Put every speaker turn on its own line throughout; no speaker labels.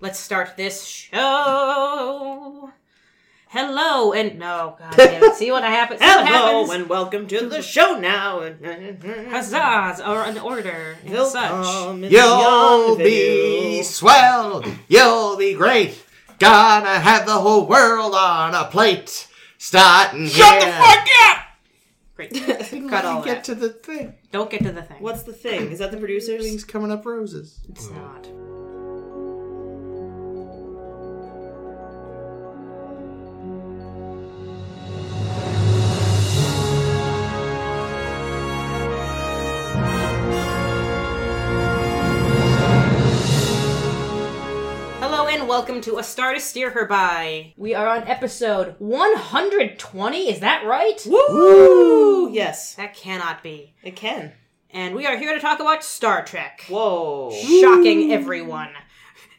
Let's start this show. Hello and no, god damn it. See what happens. See what happens.
and welcome to the show now.
Huzzas are in order and such.
You'll be swell. You'll be great. Gonna have the whole world on a plate. Starting
Shut
here.
the fuck up!
Great. Cut all
Get
that.
to the thing.
Don't get to the thing.
What's the thing? Is that the producers?
Everything's coming up roses.
It's not. Hello and welcome to A Star to Steer Her By. We are on episode 120, is that right?
Woo! Yes,
That cannot be.
it can.
And we are here to talk about Star Trek
Whoa.
shocking everyone.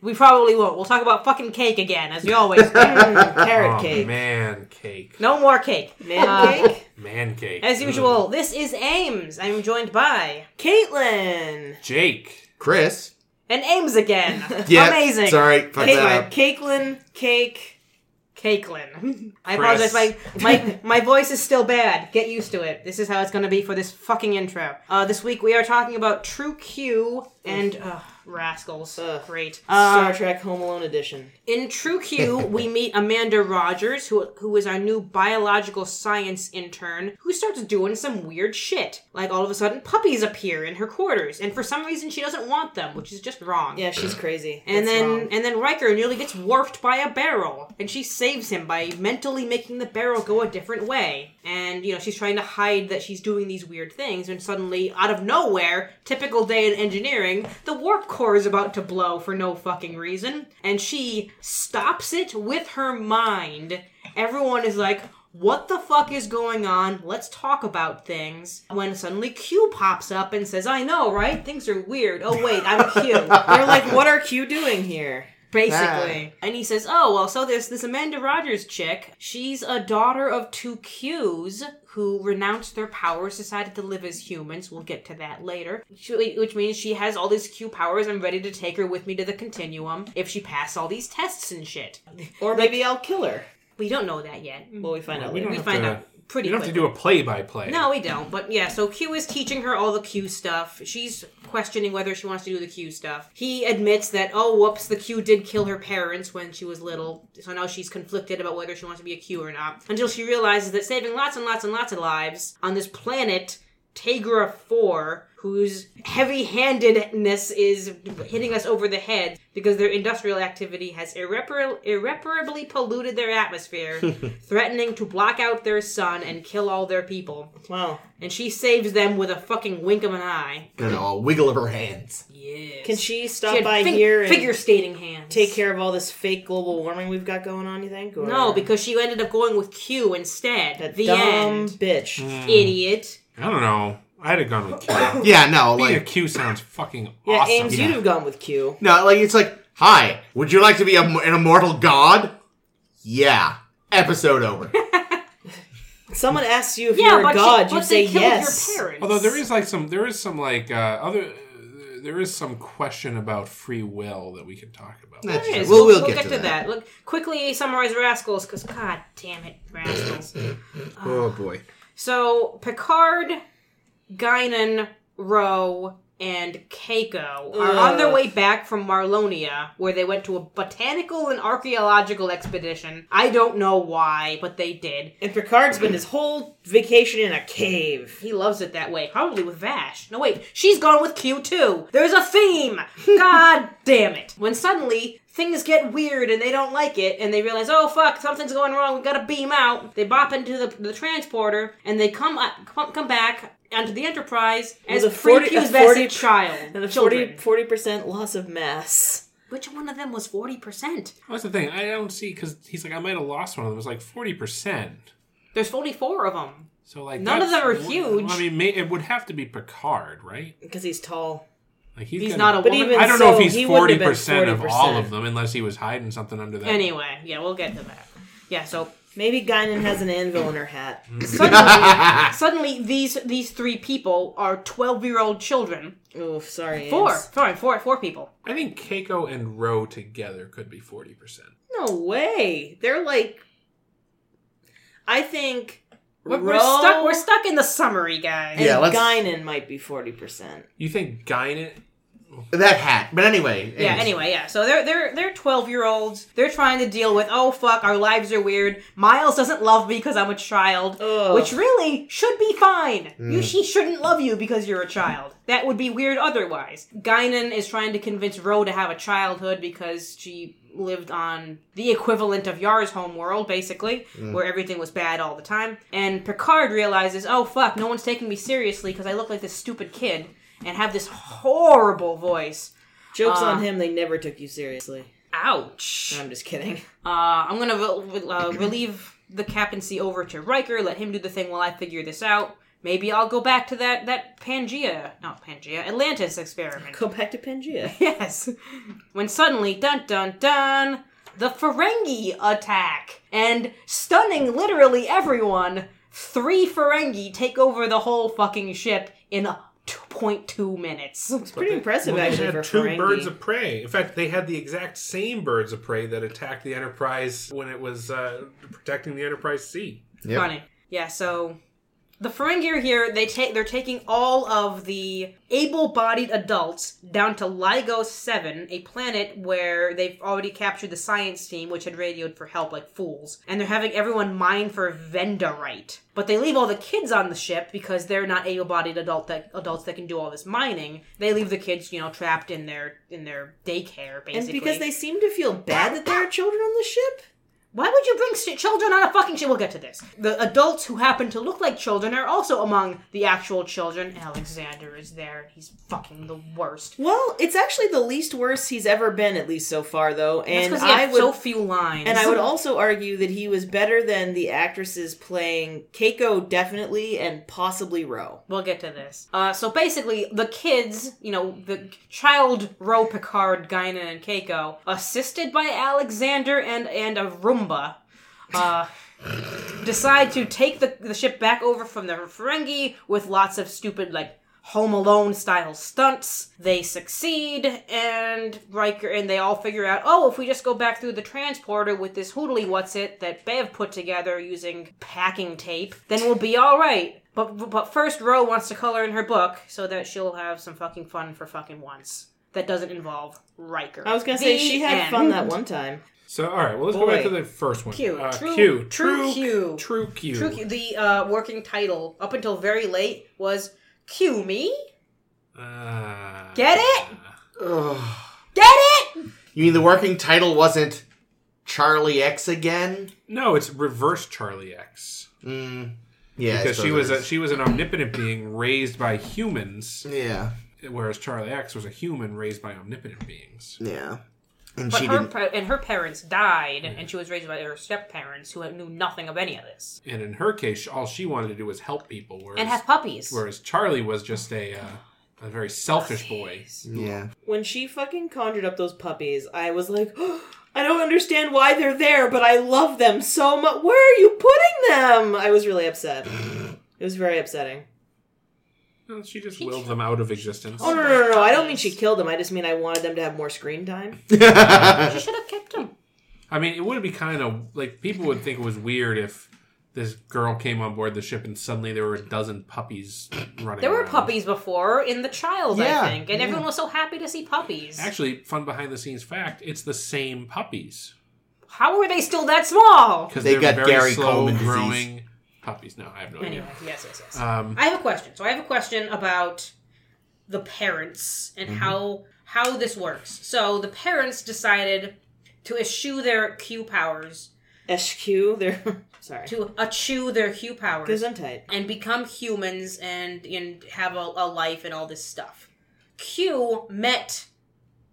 We probably won't. We'll talk about fucking cake again, as we always do.
Carrot
Oh,
cake.
Man cake.
No more cake. Uh,
Man cake?
Man cake.
As
Ugh.
usual, this is Ames. I'm joined by
Caitlin!
Jake.
Chris.
and Ames again.
Yeah.
Amazing.
Sorry. Fuck
Caitlin,
that up.
Caitlin, cake.
Caitlin. I
Chris.
apologize. My, my my voice is still bad. Get used to it. This is how it's going to be for this fucking intro. Uh, this week we are talking about True Q and uh, Rascals.
Ugh.
Great.
Star
Uh,
Trek Home Alone edition.
In True Q, we meet Amanda Rogers, who who is our new biological science intern, who starts doing some weird shit. Like all of a sudden, puppies appear in her quarters, and for some reason, she doesn't want them, which is just wrong.
Yeah, she's crazy.
And
That's
then
wrong.
and then Riker nearly gets warped by a barrel, and she saves him by mentally making the barrel go a different way. And you know she's trying to hide that she's doing these weird things, and suddenly, out of nowhere, typical day in engineering, the warp core is about to blow for no fucking reason, and she stops it with her mind. Everyone is like. What the fuck is going on? Let's talk about things. When suddenly Q pops up and says, I know, right? Things are weird. Oh, wait, I'm Q.
They're like, what are Q doing here?
basically. And he says, "Oh well, so this this Amanda Rogers chick, she's a daughter of two Qs who renounced their powers, decided to live as humans. We'll get to that later. She, which means she has all these Q powers. I'm ready to take her with me to the Continuum if she passed all these tests and shit.
Or maybe I'll kill her.
We don't know that yet.
Well, we find out
We
later.
don't
We
have
find
to,
out pretty.
You don't have to
quickly.
do a play by play.
No, we don't. But yeah, so Q is teaching her all the Q stuff. She's questioning whether she wants to do the Q stuff. He admits that, oh, whoops, the Q did kill her parents when she was little. So now she's conflicted about whether she wants to be a Q or not. Until she realizes that saving lots and lots and lots of lives on this planet, Tegra 4, whose heavy handedness is hitting us over the head because their industrial activity has irrepar- irreparably polluted their atmosphere, threatening to block out their sun and kill all their people
Wow.
and she saves them with a fucking wink of an eye.
And all wiggle of her hands.
Yes.
Can she
She
stop
had
by
fig-
here and
figure skating hands?
take care of all this fake global warming we've got going on, you think? Or...
No, because she ended up going with Q instead.
That
the
dumb
end. Mm.
bitch.
Idiot.
I don't know. I'd have gone with Q.
Yeah, no,
Being a
like
Q sounds fucking
Yeah,
awesome.
Ames, you'd have gone with Q.
no, like it's like, hi. Would you like to be a, an immortal god? Yeah. Episode over.
Someone asks you if
Yeah,
you're
but
a god,
she,
you
but
say
they killed
yes.
your parents.
Although there is like some, there is some like uh, other, uh, there is some question about free will that we can talk about.
That's
There
true.
is.
We'll, we'll, get, to, that.
that. Look, quickly summarize Rascals, because god damn it, Rascals.
Oh boy.
so, Picard, Guinan, Roe, and Keiko are on their
Ugh.
way back from Marlonia, where they went to a botanical and archaeological expedition. I don't know why, but they did.
And Picard spent his whole vacation in a cave.
He loves it that way. Probably with Vash. No, wait, she's gone with Q too. There's a theme. God damn it. When suddenly things get weird and they don't like it and they realize, oh fuck, something's going wrong. We gotta beam out. They bop into the, the transporter and they come up, come, come back onto the Enterprise as
a
a
40 a 40
prepubescent child.
And a
children.
40, 40% loss of mass.
Which one of them was forty percent?
That's the thing. I don't see because he's like, I might have lost one of them. It's like forty percent.
There's forty-four of them.
So like,
None of
that's-
them are huge.
I mean, may, it would have to be Picard, right?
Because he's tall.
Like he's,
He's
gotta-
not a
But
woman.
even-
I don't
so
know if he's
he wouldn't
forty
have been
percent of all
40%.
of them, unless he was hiding something under that.
Anyway, yeah, we'll get to that. Yeah, so
Maybe Guinan has an anvil in her hat.
Mm.
Suddenly, suddenly these these three people are twelve year old children.
Oof, sorry.
Four,
Ames.
sorry, four, four people.
I think Keiko and Ro together could be forty percent.
No way. They're like. I think.
We're,
Ro
we're stuck. We're stuck in the summary, guys.
And
Yeah, let's-
Guinan might be forty percent.
You think Guinan?
That hat. But anyway.
Yeah.
Ames.
Anyway, yeah. So they're they're they're twelve year olds. They're trying to deal with oh fuck, our lives are weird. Miles doesn't love me because I'm a child,
Ugh.
which really should be fine. You she shouldn't love you because you're a child. That would be weird otherwise. Guinan is trying to convince Ro to have a childhood because she lived on the equivalent of Yar's homeworld, basically, where everything was bad all the time. And Picard realizes, oh fuck, no one's taking me seriously because I look like this stupid kid and have this horrible voice.
Jokes
Uh.
on him. They never took you seriously.
Ouch.
I'm just kidding.
Uh, I'm gonna re- re- uh, relieve the captaincy over to Riker. Let him do the thing while I figure this out. Maybe I'll go back to that that Pangea, not Pangea, Atlantis experiment.
Go back to Pangea.
Yes. When suddenly, dun dun dun, the Ferengi attack and stunning literally everyone. Three Ferengi take over the whole fucking ship in 2.2 minutes.
It's pretty impressive,
Well,
actually,
they
for
had two
Ferengi.
birds of prey. In fact, they had the exact same birds of prey that attacked the Enterprise when it was uh, protecting the Enterprise C.
Yep.
Funny. Yeah, so the Ferengi are here. They take they're taking all of the able-bodied adults down to Ligo 7, a planet where they've already captured the science team which had radioed for help like fools. And they're having everyone mine for Vendorite. But they leave all the kids on the ship because they're not able-bodied adult that adults that can do all this mining. They leave the kids, you know, trapped in their in their daycare basically.
and because they seem to feel bad that there are children on the ship.
Why would you bring sh- children on a fucking ship? We'll get to this. The adults who happen to look like children are also among the actual children. Alexander is there, and he's fucking the worst.
Well, it's actually the least worst he's ever been, at least so far, though.
That's
And
because he
I
had
would,
so few lines.
and I would also argue that he was better than the actresses playing Keiko, definitely, and possibly Ro.
We'll get to this. Uh, so basically, the kids, you know, the child Ro Picard, Guinan, and Keiko, assisted by Alexander and and a Roomba, uh, decide to take the, the ship back over from the Ferengi with lots of stupid like Home Alone style stunts. They succeed, and Riker and they all figure out, oh, if we just go back through the transporter with this hoodly what's it that Bev put together using packing tape, then we'll be all right. But but first, Ro wants to color in her book so that she'll have some fucking fun for fucking once. That doesn't involve Riker.
I was gonna say
The
she had
end.
fun that one time.
So, all right, well, let's go
Boy.
back to the first one.
Q.
Uh,
True-
Q.
true Q.
True Q.
True, Q- the uh, working title up until very late was "Cue Me."
Uh,
Get it?
Ugh.
Get it?
You mean the working title wasn't Charlie X again?
No, it's reverse Charlie X.
Mm. Yeah. I
because she
suppose
was
it
a,
is.
she was an omnipotent being raised by humans,
yeah.
whereas Charlie X was a human raised by omnipotent beings.
Yeah. And
But
she
her
didn't.
pa- and her parents died, and she was raised by her step parents who knew nothing of any of this
And in her case, all she wanted to do was help people, whereas,
and have puppies.
whereas Charlie was just a uh, a very selfish boy.
Yeah.
When she fucking conjured up those puppies, I was like, I don't understand why they're there, but I love them so much. Where are you putting them? I was really upset. It was very upsetting.
Well, she just willed them out of existence.
Oh no no no! no. I don't mean she killed them. I just mean I wanted them to have more screen time.
Ah.
She should have kept them.
I mean, it would be kind of like people would think it was weird if this girl came on board the ship and suddenly there were a dozen puppies running.
There were
around.
puppies before in the child,
Yeah,
I think, and everyone was so happy to see puppies.
Actually, fun behind the scenes fact: it's the same puppies
How were they still that small?
because
They
are
got
very
Gary
slow
Coleman disease.
growing puppies. No, I have no
Anyway,
idea.
yes, yes, yes.
Um,
I have a question. So I have a question about the parents and how how this works. So the parents decided to eschew their Q powers,
SQ, they're sorry.
to eschew their Q powers,
Gesundheit.
and become humans and and have a, a life and all this stuff. Q met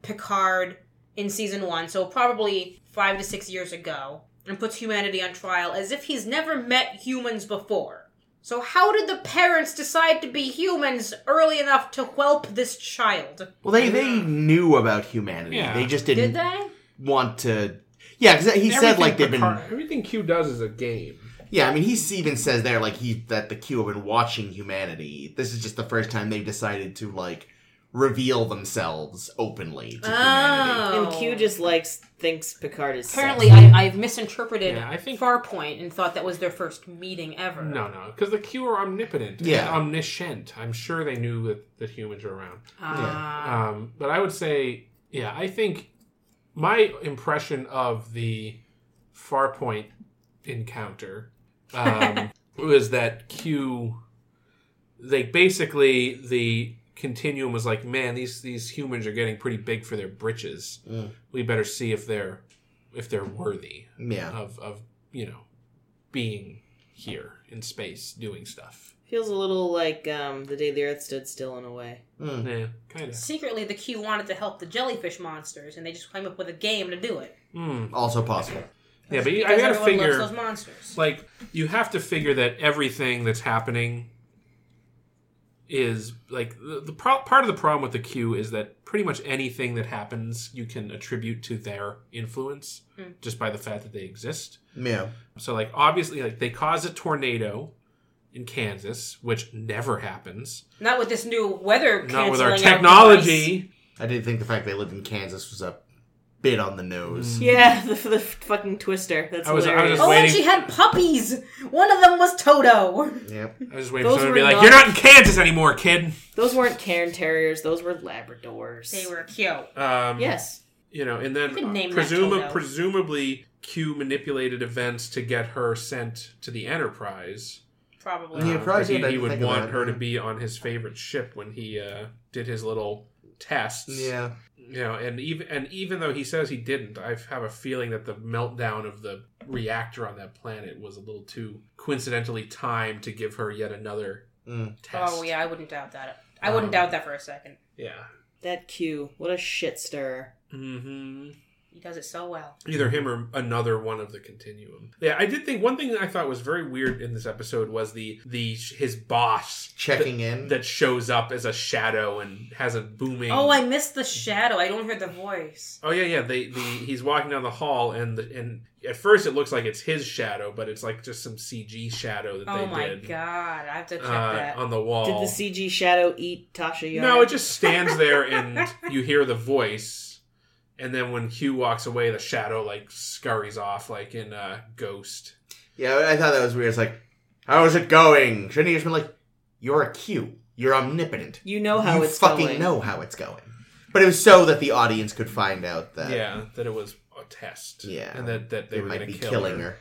Picard in season one, so probably five to six years ago, and puts humanity on trial as if he's never met humans before. So how did the parents decide to be humans early enough to whelp this child?
Well, they they knew about humanity.
Yeah.
They just
Did
didn't
they?
want to. Yeah, because he said like they've
Everything
been.
Picard- everything Q does is a game.
Yeah, I mean, he even says there like he that the Q have been watching humanity. This is just the first time they've decided to like reveal themselves openly to humanity.
Oh.
And Q just likes thinks Picard is.
Apparently, I, I've misinterpreted
Yeah, I think-
Farpoint and thought that was their first meeting ever.
No, no, because the Q are omnipotent, and
Yeah.
omniscient. I'm sure they knew that, that humans are around.
Ah.
Um, but I would say, yeah, I think my impression of the Farpoint encounter um, was that Q, like basically the continuum was like, man, these these humans are getting pretty big for their britches.
Mm.
We better see if they're if they're worthy
Yeah,
of of you know being here in space doing stuff.
Feels a little like um, the day the Earth stood still in a way.
Mm-hmm.
Mm.
Yeah, kind of.
Secretly, the Q wanted to help the jellyfish monsters, and they just came up with a game to do it.
Mm.
also possible.
Yeah, but you, I
Because
gotta
everyone
figure.
loves those monsters.
like you have to figure that everything that's happening is like the, the pro- part of the problem with the Q is that pretty much anything that happens you can attribute to their influence
Mm.
just by the fact that they exist.
Yeah,
So like obviously like they cause a tornado in Kansas, which never happens.
Not with this new weather.
Not with our
canceling out device.
technology.
I did think the fact they lived in Kansas was a bit on the nose.
Yeah, the, the fucking twister. That's
I was- I was
hilarious.
Oh, and
waiting.
she had puppies. One of them was Toto.
Mm-hmm.
Yep.
I was just waiting for
Those
someone to be
were
like,
not-
"You're not in Kansas anymore, kid."
Oh! Those weren't Cairn Terriers. Those were Labradors.
They were cute.
Um,
Yes.
you know, and
You could
then
name that
presuma-
Toto.
presumably Q manipulated events to get her sent to the Enterprise.
Probably.
Yeah,
Um,
probably
'cause he,
did, I
he
didn't
would
think of
want
that.
her to be on his favorite ship when he uh, did his little tests.
Yeah.
you know, and even and even though he says he didn't, I have a feeling that the meltdown of the reactor on that planet was a little too coincidentally timed to give her yet another
Mm.
test.
Oh yeah, I wouldn't doubt that. I wouldn't
Um,
doubt that for a second.
yeah.
That Q. What a shit stirrer.
hmm
He does it so well.
either him or another one of the continuum. Yeah, I did think one thing that I thought was very weird in this episode was the the his boss
Checking in.
that shows up as a shadow and has a booming.
Oh, I missed the shadow. I don't hear the voice.
Oh yeah, yeah. They, the he's walking down the hall, and the, and at first it looks like it's his shadow, but it's like just some CG shadow that
Oh
they
my
did
god, I have to check
uh,
that.
on the wall.
Did the CG shadow eat Tasha Yar?
no, it just stands there, and you hear the voice, and then when Hugh walks away, the shadow like scurries off, like in uh, Ghost.
Yeah, I thought that was weird. It's like, how's it going? Shouldn't he just been like, you're a Q. You're omnipotent.
You know how
you
it's
fucking
going.
know how it's going. But it was so that the audience could find out that
yeah, that it was a test.
Yeah.
and that that they,
they
were
might
gonna
be
kill
killing
her.
her.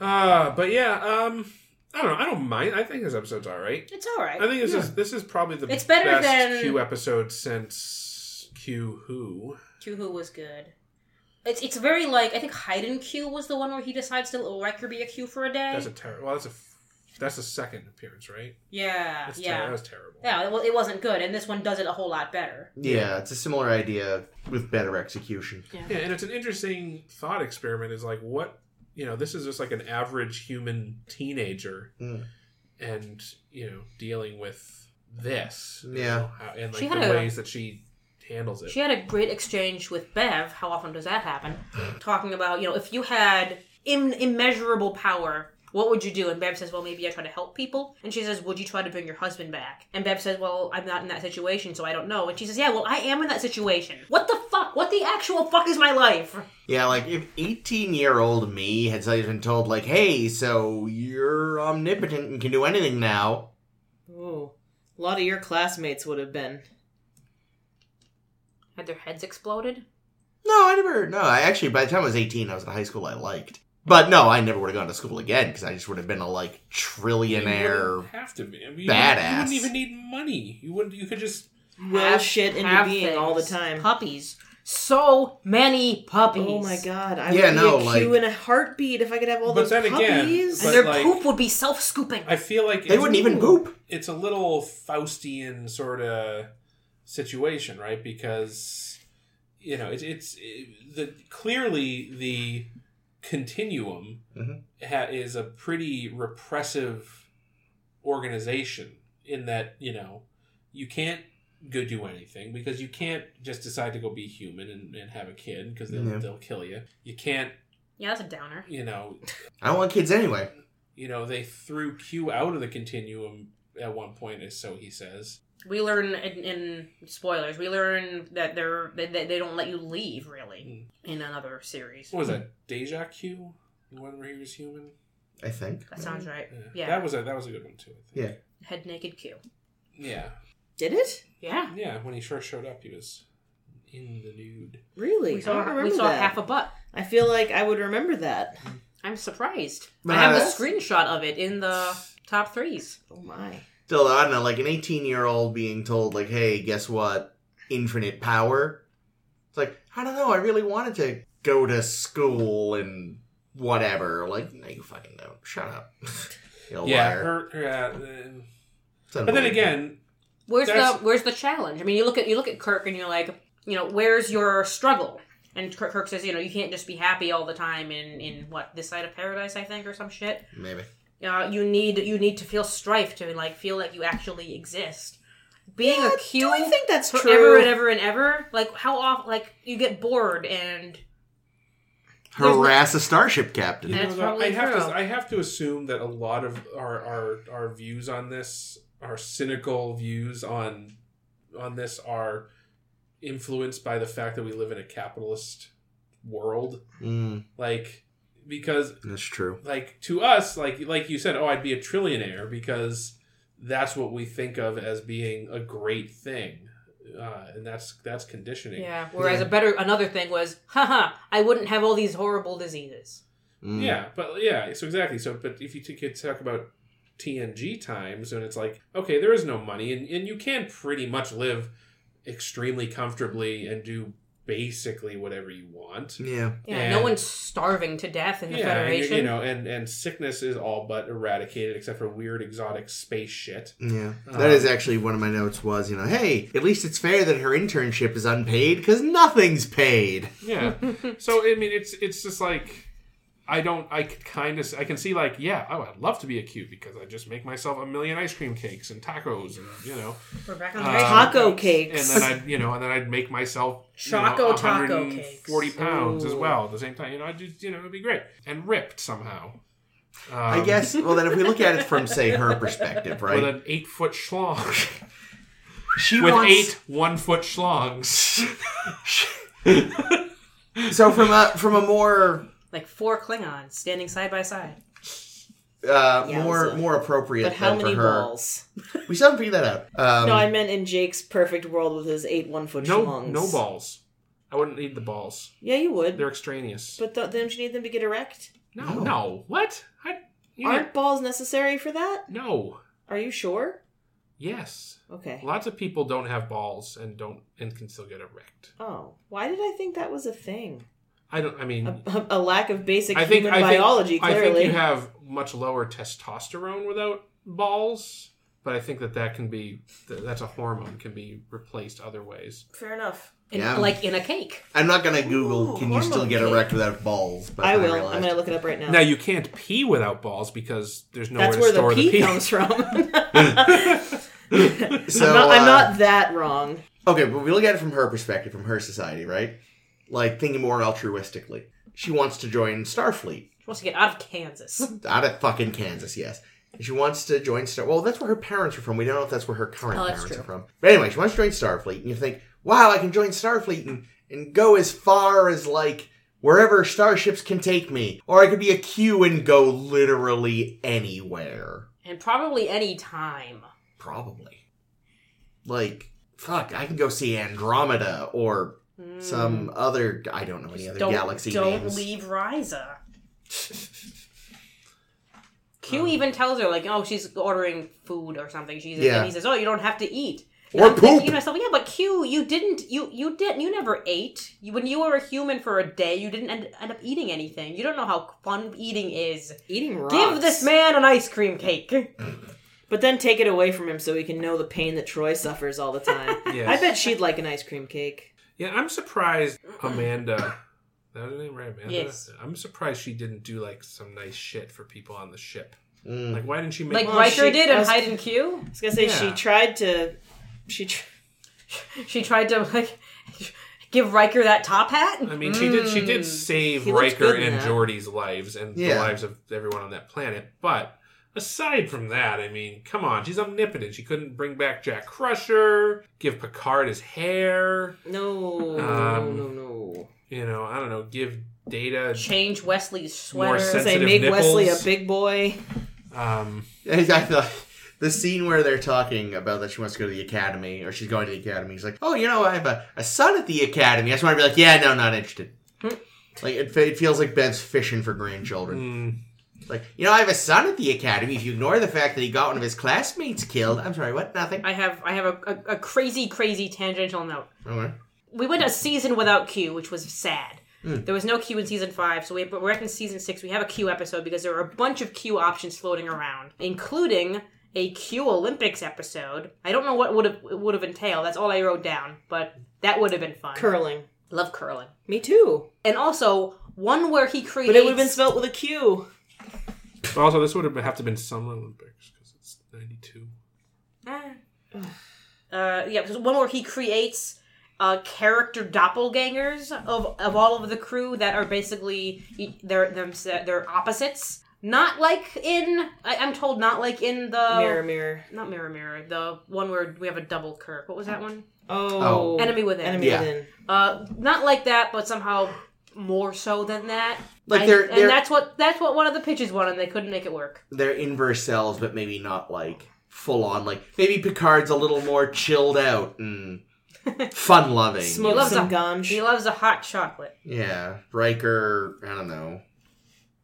Uh, but yeah, um, I don't know. I don't mind. I think this episode's all right.
it's all right.
I think this is this is probably the
It's better
best
than-
Q episode since Q Who.
Q was good. It's it's very like I think Haydn Q was the one where he decides to let Riker be a Q for a day.
That's a terrible. Well, that's a f- that's a second appearance, right?
yeah,
That's ter-
yeah,
that was terrible.
yeah. It, wa- it wasn't good, and this one does it a whole lot better.
Yeah, it's a similar idea with better execution.
Yeah, and it's an interesting thought experiment. Is like what you know. This is just like an average human teenager,
Mm.
and you know, dealing with this. you
Yeah.
know, how- and like
She had
the
a-
ways that she handles it.
She had a great exchange with Bev. How often does that happen? Talking about, you know, if you had Im- immeasurable power, what would you do? And Bev says, well, maybe I try to help people. And she says, would you try to bring your husband back? And Bev says, well, I'm not in that situation, so I don't know. And she says, yeah, well, I am in that situation. What the fuck? What the actual fuck is my life?
Yeah, like if 18 year old me had suddenly been told, like, hey, so you're omnipotent and can do anything now.
Ooh. A lot of your classmates would have been.
Had their heads exploded?
No, I never. No, I actually, by the time I was 18, I was in high school I liked. But no, I never would have gone to school again because I just would have been a, like,
You
trillionaire.
wouldn't have to be I mean, you
badass.
Wouldn't, you wouldn't even need money. You would. You could just.
Will shit into
have
being all the time.
Puppies. So many puppies.
Oh my god! I
Yeah,
would
no,
be a
like-
Q in a heartbeat if I could have all
But
those
then again,
puppies.
And
but-
their
like-
poop would be self scooping.
I feel like
They
it's,
wouldn't even poop.
it's a little Faustian sort of situation, right? Because you know, it, it's it, the clearly the continuum
Mhm.
ha- is a pretty repressive organization in that you know you can't go do anything because you can't just decide to go be human and, and have a kid because they'll,
Yeah.
they'll kill you. You can't,
Yeah, that's a downer.
you know,
I don't want kids anyway.
you know they threw Q out of the continuum at one point, is so he says.
We learn in, in spoilers. We learn that they're they, they they don't let you leave really in another series.
Hmm. What was that? Deja Q, the one where he was human.
I think.
That sounds right. Yeah.
that was a that was a good one too. I think.
Head naked Q.
Yeah,
Did it?
Yeah.
yeah. When he first showed up, he was in the nude.
Really?
We saw,
I don't
we
remember
saw
that.
half a butt.
I feel like I would remember that.
I'm surprised.
Nah,
I have a
that's-
screenshot of it in the top threes.
Oh my.
Still, I don't know, like an 18 year old being told, like, hey, guess what? Infinite power. It's like, I don't know, I really wanted to go to school and whatever. Like, no, you fucking don't. Shut up. you old
Yeah,
liar.
her, her, uh, the-
It's
but then
unbelievable.
again,
Where's
That's-
the Where's the challenge? I mean, you look at you look at Kirk and you're like, you know, where's your struggle? And Kirk, Kirk says, you know, you can't just be happy all the time in in what this side of paradise, I think, or some shit.
Maybe.
Uh, you need you need to feel strife to like feel like you actually exist. Being a
Do
Q
I think that's true?
forever and ever and ever, like how often, like you get bored and There's no-
Harass a starship captain.
That's
you know,
probably
I have
true.
to I have to assume that a lot of our our our views on this, our cynical views on on this, are influenced by the fact that we live in a capitalist world.
Mm,
Like because
that's true.
like to us like like you said oh i'd be a trillionaire because that's what we think of as being a great thing uh, and that's that's conditioning
yeah. Whereas a better another thing was, haha, I wouldn't have all these horrible diseases.
Mm.
yeah but yeah so exactly so but if you t- could talk about tng times and it's like okay there is no money and, and you can pretty much live extremely comfortably and do basically whatever you want
Yeah.
Yeah,
And-
no one's starving to death in the
and you-
Federation.
you know and and sickness is all but eradicated except for weird exotic space shit
Yeah,
Um,
that is actually one of my notes. Was you know, hey, at least it's fair that her internship is unpaid because nothing's paid.
Yeah. so I mean, it's it's just like I don't. I could kind of. I can see like, yeah, oh, I'd love to be a cute because I just make myself a million ice cream cakes and tacos, and you know,
We're back on
Um,
Uh,
the right
Taco
track.
and
cakes.
then I'd you know, and then I'd make myself you know,
Choco taco
140
cakes.
pounds as
Ooh.
well at the same time. You know, I just you know, it'd be great and ripped somehow. Um,
I guess. Well, then if we look at it from say her perspective, right?
With an eight foot schlong.
she
With
wants
eight one foot schlongs.
so from a from a more
Like four Klingons standing side by side.
uh,
Yeah,
more
so-
more appropriate.
but how
than
many
for her.
balls?
We still haven't figured that out. Um,
no, I meant in Jake's perfect world with his eight one foot
no,
schlongs.
no balls. I wouldn't need the balls.
Yeah, you would.
They're extraneous.
But th- don't you need them to get erect?
No,
No.
no. What? I, you
Aren't balls necessary for that?
didn't- no.
Are you sure?
Yes.
Okay.
Lots of people don't have balls and don't and can still get erect.
Oh, why did I think that was a thing?
I don't. I mean,
A, a- a lack of basic
I think
human
I think-
biology,
I
clearly.
think you have much lower testosterone without balls, but I think that that can be that- that's a hormone can be replaced other ways.
Fair enough.
In,
Yeah.
Like in a cake.
I'm not gonna Google.
Ooh,
can you still
hormone
get
cake.
erect without balls? But
I
then
will.
realized-
I'm going to look it up right now.
Now you can't pee without balls because there's nowhere
That's
to
where the
store
pee,
the pee.
comes from. I'm,
So
not, I'm
uh,
not that wrong.
Okay, but we look at it from her perspective, from her society, right? Like thinking more altruistically. She wants to join Starfleet
She wants to get out of Kansas.
out of fucking Kansas, yes. And She wants to join Star. Well, that's where her parents are from. We don't know if that's where her current
Oh, that's
parents
true.
are from. But anyway, she wants to join Starfleet, and you think, wow, I can join Starfleet and and go as far as like wherever starships can take me, or I could be a Q and go literally anywhere.
and probably any time.
Probably. Like, fuck, I can go see Andromeda or
Mm.
some other I don't know any
Just
other
don't,
galaxy
don't
names.
leave Ryza. Q
Um.
even tells her like, oh, she's ordering food or something. She's
Yeah.
and he says, oh, you don't have to eat.
Or
I'm thinking
poop.
to myself, yeah, but Q, you didn't, you you didn't, you never ate. You, when you were a human for a day, you didn't end, end up eating anything. You don't know how fun eating is.
Eating rocks.
Give this man an ice cream cake.
But then take it away from him so he can know the pain that Troy suffers all the time.
Yes.
I bet she'd like an ice cream cake.
Yeah, I'm surprised Amanda. That was her name, right? Amanda.
Yes.
I'm surprised she didn't do like some nice shit for people on the ship.
Mm.
Like, why didn't she make?
Like
Well,
Riker
she-
did
I
in
was-
Hide and Q.
I was going to say, she
Yeah.
tried to. She tr-
She tried to like give Riker that top hat. Mm.
I mean, she did. She did save
Mm. He looks
Riker
good in
and
that.
Geordi's lives and the
Yeah.
lives of everyone on that planet. But aside from that, I mean, come on, she's omnipotent. She couldn't bring back Jack Crusher, give Picard his hair.
No,
Um,
no, no, no.
You know, I don't know, give Data.
Change Wesley's sweater.
More sense-
Say,
sensitive
make Wesley a
nipples.
big boy.
Um,
I thought the scene where they're talking about that she wants to go to the academy or she's going to the academy. She's like, "Oh, you know, I have a, a son at the academy." I just want to be like, "Yeah, no, not interested."
Hmm.
like it, fe- it feels like Ben's fishing for grandchildren.
mm,
Like, you know, I have a son at the academy. If you ignore the fact that he got one of his classmates killed, I'm sorry, what? Nothing.
I have I have a, a, a crazy crazy tangential note.
Okay.
We went a season without Q, which was sad.
Mm.
There was no Q in season five, so we but we're in season six. We have a Q episode because there were a bunch of Q options floating around, including a Q Olympics episode. I don't know what would have would have entailed. That's all I wrote down, but that would have been fun.
Curling.
Love curling,
Me too.
and also one where he creates.
But it would have been spelt with a Q.
also, this would have have to have been Summer Olympics because it's ninety two.
uh, yeah, there's one where he creates uh, character doppelgangers of, of all of the crew that are basically e- they're them they're opposites. Not like in I, I'm told not like in the
mirror, mirror.
not mirror mirror the one where we have a double Kirk. What was that one?
Oh,
Enemy within.
Enemy
Yeah.
within.
Uh, not like that, but somehow more so than that.
Like
I-
they're
and
they're
that's what that's what one of the pitches wanted. and They couldn't make it work.
they're inverse selves, but maybe not like full on. Like maybe Picard's a little more chilled out and fun loving.
Smoke
loves
some
a-
ganj.
He loves a hot chocolate.
Yeah, Riker. I don't know.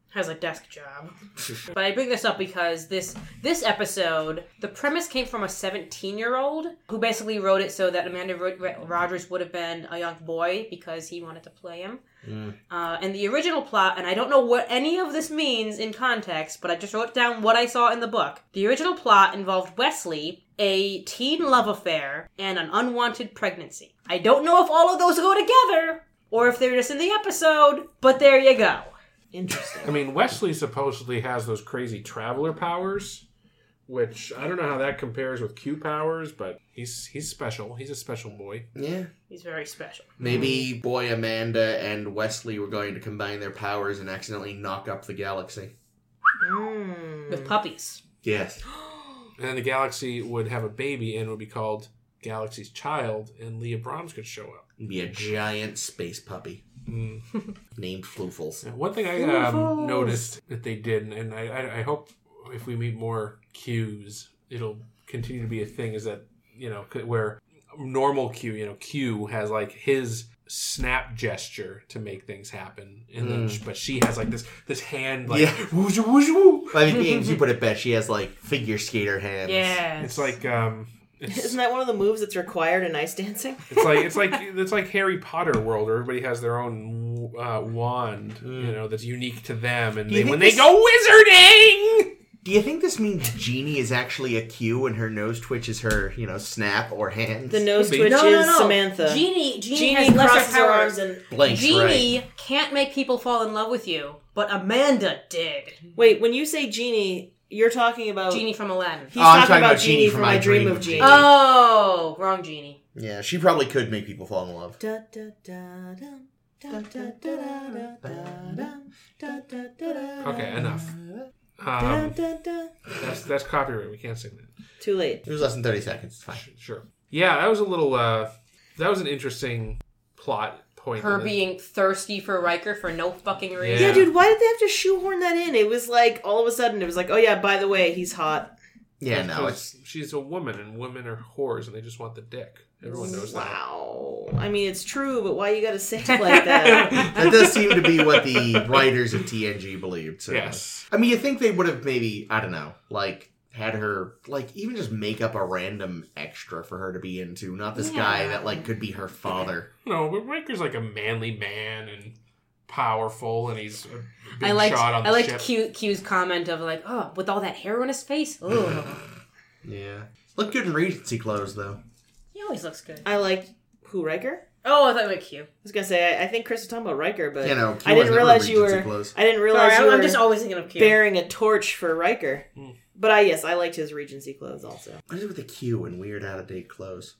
has a desk job. but I bring this up because this this episode, the premise came from a 17 year old who basically wrote it so that Amanda Ro- Ro- Rogers would have been a young boy because he wanted to play him.
Mm.
Uh, and the original plot, and I don't know what any of this means in context, but I just wrote down what I saw in the book. The original plot involved Wesley, a teen love affair, and an unwanted pregnancy. I don't know if all of those go together or if they're just in the episode, but there you go.
I
Interesting.
mean, Wesley supposedly has those crazy traveler powers, which I don't know how that compares with Q powers, but he's he's special. He's a special boy.
Yeah.
He's very special.
Maybe boy Amanda and Wesley were going to combine their powers and accidentally knock up the galaxy.
with Hmm.
Mm.
puppies.
Yes.
And then the galaxy would have a baby and would be called Galaxy's Child, and Leah Brahms could show up.
Be a giant space puppy
Mm. Uh,
named Floofles.
One thing I um, noticed that they did, and I, I, I hope if we meet more Qs, it'll continue to be a thing. Is that you know c- where normal Q, you know, Q has like his snap gesture to make things happen, and then sh- but she has like this this hand like
Yeah.
whoosh, whoosh, whoo.
I mean, Ames, you put it best. She has like figure skater hands.
Yeah.
It's like um, it's,
Isn't that one of the moves that's required in ice dancing?
it's like it's like it's like Harry Potter world where everybody has their own uh, wand, you know, that's unique to them, and
Mm. Do you
they,
think
when they
this-
go wizarding.
Do you think this means Jeannie is actually a Q and her nose twitch is her, you know, snap or hands?
The nose
Could be.
twitch
no, no,
is
no.
Samantha.
Genie, Genie,
Jeannie
has lesser
crosses her
powers.
arms and
Blanks,
Genie can't make people fall in love with you, but Amanda did.
wait. When you say genie, you're talking about
Genie from Aladdin.
He's
Oh,
talking,
I'm talking
about,
about
genie, from My Dream of Genie.
Jeannie.
Oh, wrong Genie.
Yeah, she probably could make people fall in love.
Da, da, da, dum, da, da, da, da, da, da, dum, da, da, da, da,
Okay, enough.
da,
Um,
da, da.
that's that's copyright. We can't sing that.
Too late.
It was less than 30 seconds. It's fine.
Sure. Yeah, that was a little. Uh, that was an interesting plot point.
Her
And it-
being thirsty for Riker for no fucking reason.
Yeah.
Yeah.
dude. Why did they have to shoehorn that in? It was like all of a sudden, it was like, oh yeah, by the way, he's hot.
Yeah, no, it's
because she's a woman, and women are whores, and they just want the dick. Everyone knows
Wow. I mean, it's true, but why you got to say it like that?
that does seem to be what the writers of TNG believed. So.
that. Yes.
I mean, you think they would have maybe, I don't know, like had her like even just make up a random extra for her to be into, not this guy
Yeah.
that like could be her father.
No, but Riker's like a manly man and powerful, and he's a big
I liked,
shot on the
I liked
ship.
Q, Q's comment of like, oh, with all that hair on his face, oh,
Yeah. Looked good in Regency clothes though.
he always looks good.
I liked who Riker.
Oh, I thought it was Q.
I was gonna say I, I think Chris was talking about Riker, but
You know, Q
I didn't
was never
realize you
Regency
were.
clothes.
I didn't
Sorry,
realize
I'm,
you
I'm
were
just always thinking of Q.
bearing a torch for Riker.
Mm.
But I yes, I liked his Regency clothes also.
What is it with the Q and weird out of date clothes?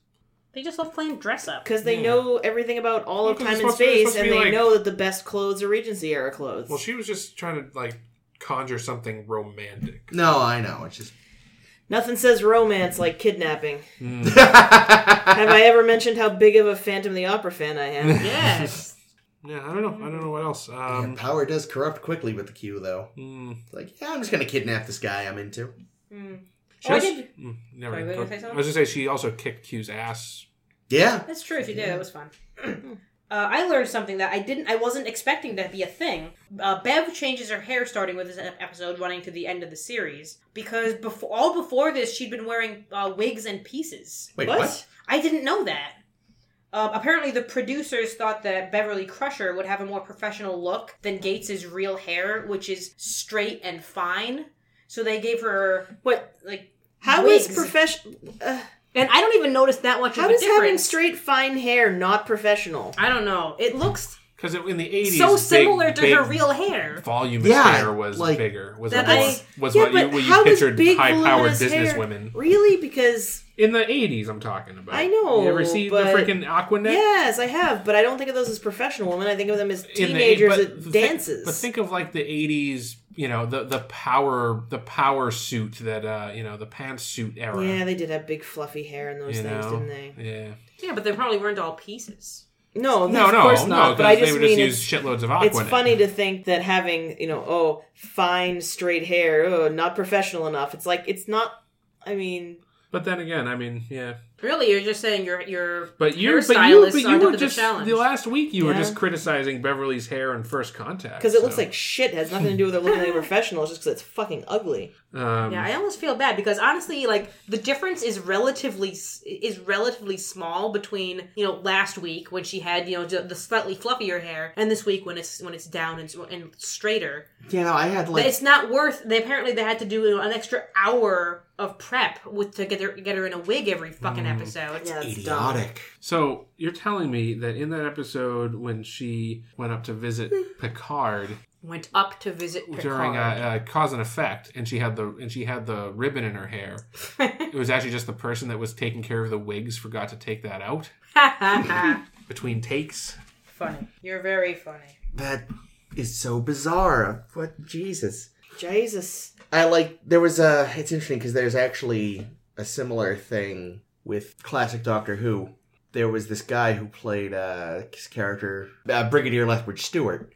They just love playing dress up.
Because they
Yeah.
know everything about all
Well,
of
'cause
time
it's
and
supposed to be- it's
space,
supposed to
and
be
they
like-
know that the best clothes are Regency era clothes.
Well, she was just trying to like conjure something romantic.
No, I know. It's just.
Nothing says romance like kidnapping.
Have
Have I ever mentioned how big of a Phantom of the Opera fan I am?
Yes.
Yeah, I don't know. I don't know what else. Um,
power does corrupt quickly with the Q, though.
mm,
It's like, yeah, I'm just gonna kidnap this guy I'm into.
she
Oh, I
also-
did-
mm, never
Sorry,
mind.
were you gonna say
I
something?
was gonna say she also kicked Q's ass.
Yeah.
That's true. If you did, that was fun. Uh, I learned something that I didn't. I wasn't expecting to be a thing. Uh, Bev changes her hair starting with this ep- episode, running to the end of the series, because before all before this, she'd been wearing uh, wigs and pieces.
Wait,
what?
what?
I didn't know that. Um, apparently, the producers thought that Beverly Crusher would have a more professional look than Gates' real hair, which is straight and fine. So they gave her
What?
like,
How is
Wigs.
professional?
and I don't even notice that much
How
of a
does having
difference.
straight fine hair not professional?
I don't know. It looks
Because in the eighties,
so similar to her real hair.
volume
Yeah,
hair was
like-
bigger. Was
That
what,
I-
was
Yeah,
what you
but
what
how
you
does
pictured
big,
high-powered
voluminous hair-
businesswomen
Really? Because
in the eighties. I'm talking about.
I know,
You ever see
but-
the freaking Aquanet?
yes, I have, but I don't think of those as professional women. I think of them as
in the-
teenagers
but
at
thi-
dances.
but think of like the '80s, you know, the the power the power suit that uh, you know the pantsuit era.
yeah, they did have big fluffy hair and those
you
things,
know?
didn't they?
Yeah.
Yeah, but they probably weren't all pieces.
No,
No,
of
no,
course
no.
not.
Because
but I
they
just
would
mean
just
it's
use shitloads of aqua.
It's funny to think that having, you know, oh, fine straight hair, oh, not professional enough. It's like it's not. I mean,
but then again, I mean, yeah.
Really, you're just saying you're you're.
But you, but you, but
Hairstylists
you
aren't up
were
to the
just the,
challenge.
last week. You were
Yeah.
just criticizing Beverly's hair in First Contact
because it looks
so,
like shit. It has nothing to do with it looking like a professional. It's just because it's fucking ugly.
Um,
Yeah, I almost feel bad because honestly, like the difference is relatively s- is relatively small between you know last week when she had you know the the slightly fluffier hair and this week when it's when it's down and, s- and straighter.
You know, I had
But
like
it's not worth. They apparently they had to do an extra hour of prep with to get her get her in a wig every fucking episode.
Yeah, it's dumb.
idiotic.
So you're telling me that in that episode when she went up to visit
Hmm.
Picard
Went up to visit Picard.
during uh, a, a cause and effect, and she had the and she had the ribbon in her hair. it was actually just the person that was taking care of the wigs forgot to take that out between takes.
Funny. You're very funny.
That is so bizarre. What Jesus?
Jesus.
I like there was a. It's interesting because there's actually a similar thing with classic Doctor Who. There was this guy who played uh, his character uh, Brigadier Lethbridge Stewart,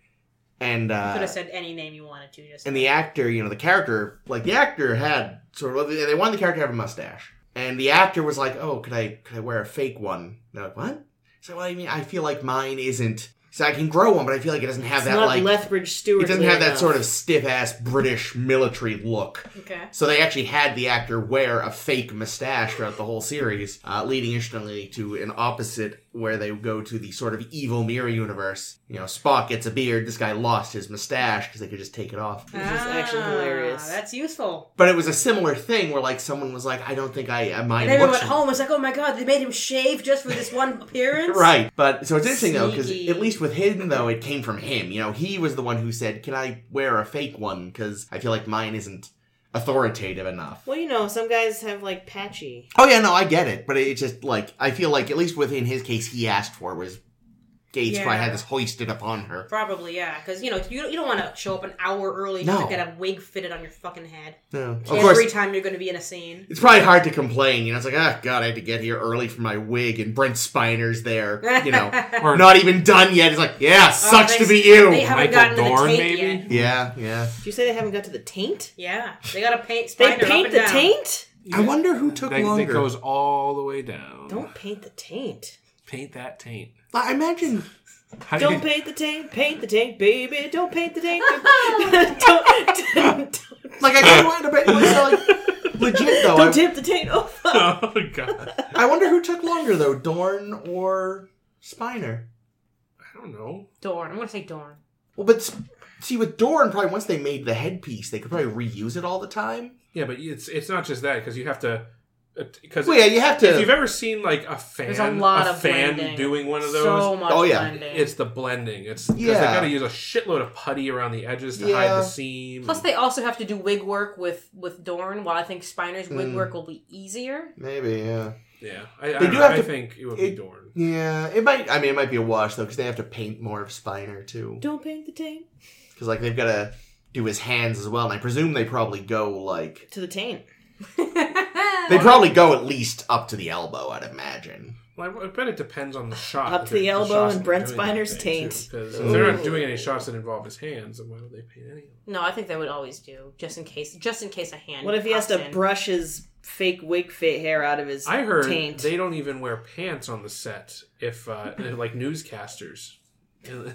and uh,
Could have said any name you wanted to. Just
and the actor, you know, the character, like the actor had sort of they wanted the character to have a mustache, and the actor was like, "Oh, could I could I wear a fake one?" And they're like, "What?" So well, I mean, I feel like mine isn't. So I can grow one, but I feel like it doesn't have
It's
that
not
like
Lethbridge Stewart.
it doesn't have that
enough.
sort of stiff ass British military look.
okay.
So they actually had the actor wear a fake mustache throughout the whole series, uh, leading interestingly to an opposite where they go to the sort of evil mirror universe. You know, Spock gets a beard. This guy lost his mustache because they could just take it off.
Which is actually
Ah,
hilarious.
That's useful.
But it was a similar thing where like someone was like, I don't think I uh, mine
And everyone
looks
at home was like, "Oh my god, they made him shave just for this one appearance."
right. But so it's interesting though because
Sneaky.
at least with him though it came from him. You know, he was the one who said, "Can I wear a fake one?" Because I feel like mine isn't authoritative enough.
Well, you know, some guys have like patchy.
Oh yeah, no, I get it, but it's just like I feel like at least within his case, he asked for was Gates
Yeah.
probably had this hoisted upon her.
Probably, yeah, because you know you, you don't want to show up an hour early just
No.
to get a wig fitted on your fucking head.
No. Of
Every
course,
time you're going to be in a scene.
it's probably hard to complain. You know, it's like ah, god, I had to get here early for my wig, and Brent Spiner's there. You know,
Or
not even done yet. It's like yeah, sucks
Oh, they-
to be you.
They haven't
Michael
gotten to the
Dorn,
taint
maybe?
yet.
Yeah, yeah.
Did you say they haven't got to the taint?
Yeah, they got to paint.
They
Spiner up
paint
and
the
down.
taint?
I wonder who took
that,
longer.
that goes all the way down.
Don't paint the taint.
paint that taint.
I imagine.
How do you-
Don't paint the taint. Paint the taint, baby. Don't paint the taint. don't, don't, don't,
Like I couldn't wind up. It was like legit though.
don't
I,
tip the taint. Oh, fuck.
Oh god.
I wonder who took longer though, Dorn or Spiner.
I don't know.
Dorn. I'm gonna say Dorn.
Well, but s- see, with Dorn, probably once they made the headpiece, they could probably reuse it all the time.
Yeah, but it's it's not just that because you have to because
Well, yeah, you have
If you've
to.
ever seen like a fan,
There's a lot of
fan
blending.
doing one of those,
So much
Oh, yeah.
blending.
it's the blending. It's because they
Yeah.
got to use a shitload of putty around the edges to hide
Yeah.
the seam.
Plus, they also have to
Hmm.
do wig work with with Dorn, while I think Spiner's wig work will be easier.
Maybe, yeah.
Yeah, I, I,
They
do
do have
I
to-
think it would be
it-
Dorn.
Yeah, it might. I mean, it might be a wash though, because they have to paint more of Spiner too.
Don't paint the taint.
Because like they've got to do his hands as well, and I presume they probably go like
To the taint.
they probably go at least up to the elbow. I'd imagine.
Well, I- I bet it depends on the shot.
Up
that
to the
they're-
elbow
shots
and
that they're
Brent
doing that
Spiner's
day, too,
taint.
'cause if they're not
Ooh.
doing any shots that involve his hands, then why would they paint any? of them?
No, I think they would always do just in case, just in case a hand.
What if he has
pops
to
in.
brush his fake wig fit hair out of his
I heard
taint?
they don't even wear pants on the set if uh, they're like newscasters.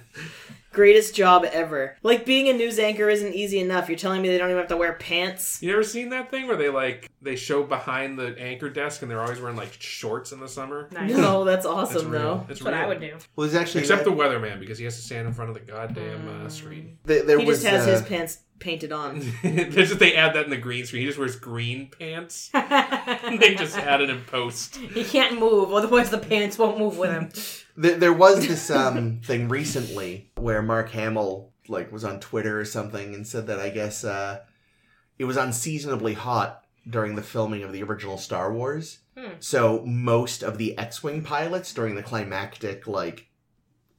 Greatest job ever. Like being a news anchor isn't easy enough. You're telling me they don't even have to wear pants?
You ever seen that thing where they like they show behind the anchor desk and they're always wearing like shorts in the summer?
Nice.
No, that's
That's
awesome
real.
though.
That's
That's what
real.
I would do.
Well, there's actually
Except the weatherman because he has to stand in front of the goddamn
Um,
uh, screen.
th- there
He
was
just has
uh,
his pants painted on.
There's just they add that in the green screen. He just wears green pants. they just add it in post.
He can't move, otherwise the pants won't move with him.
There, there was this um, thing recently where Mark Hamill like was on Twitter or something and said that I guess uh, it was unseasonably hot during the filming of the original Star Wars. So most of the X-wing pilots during the climactic like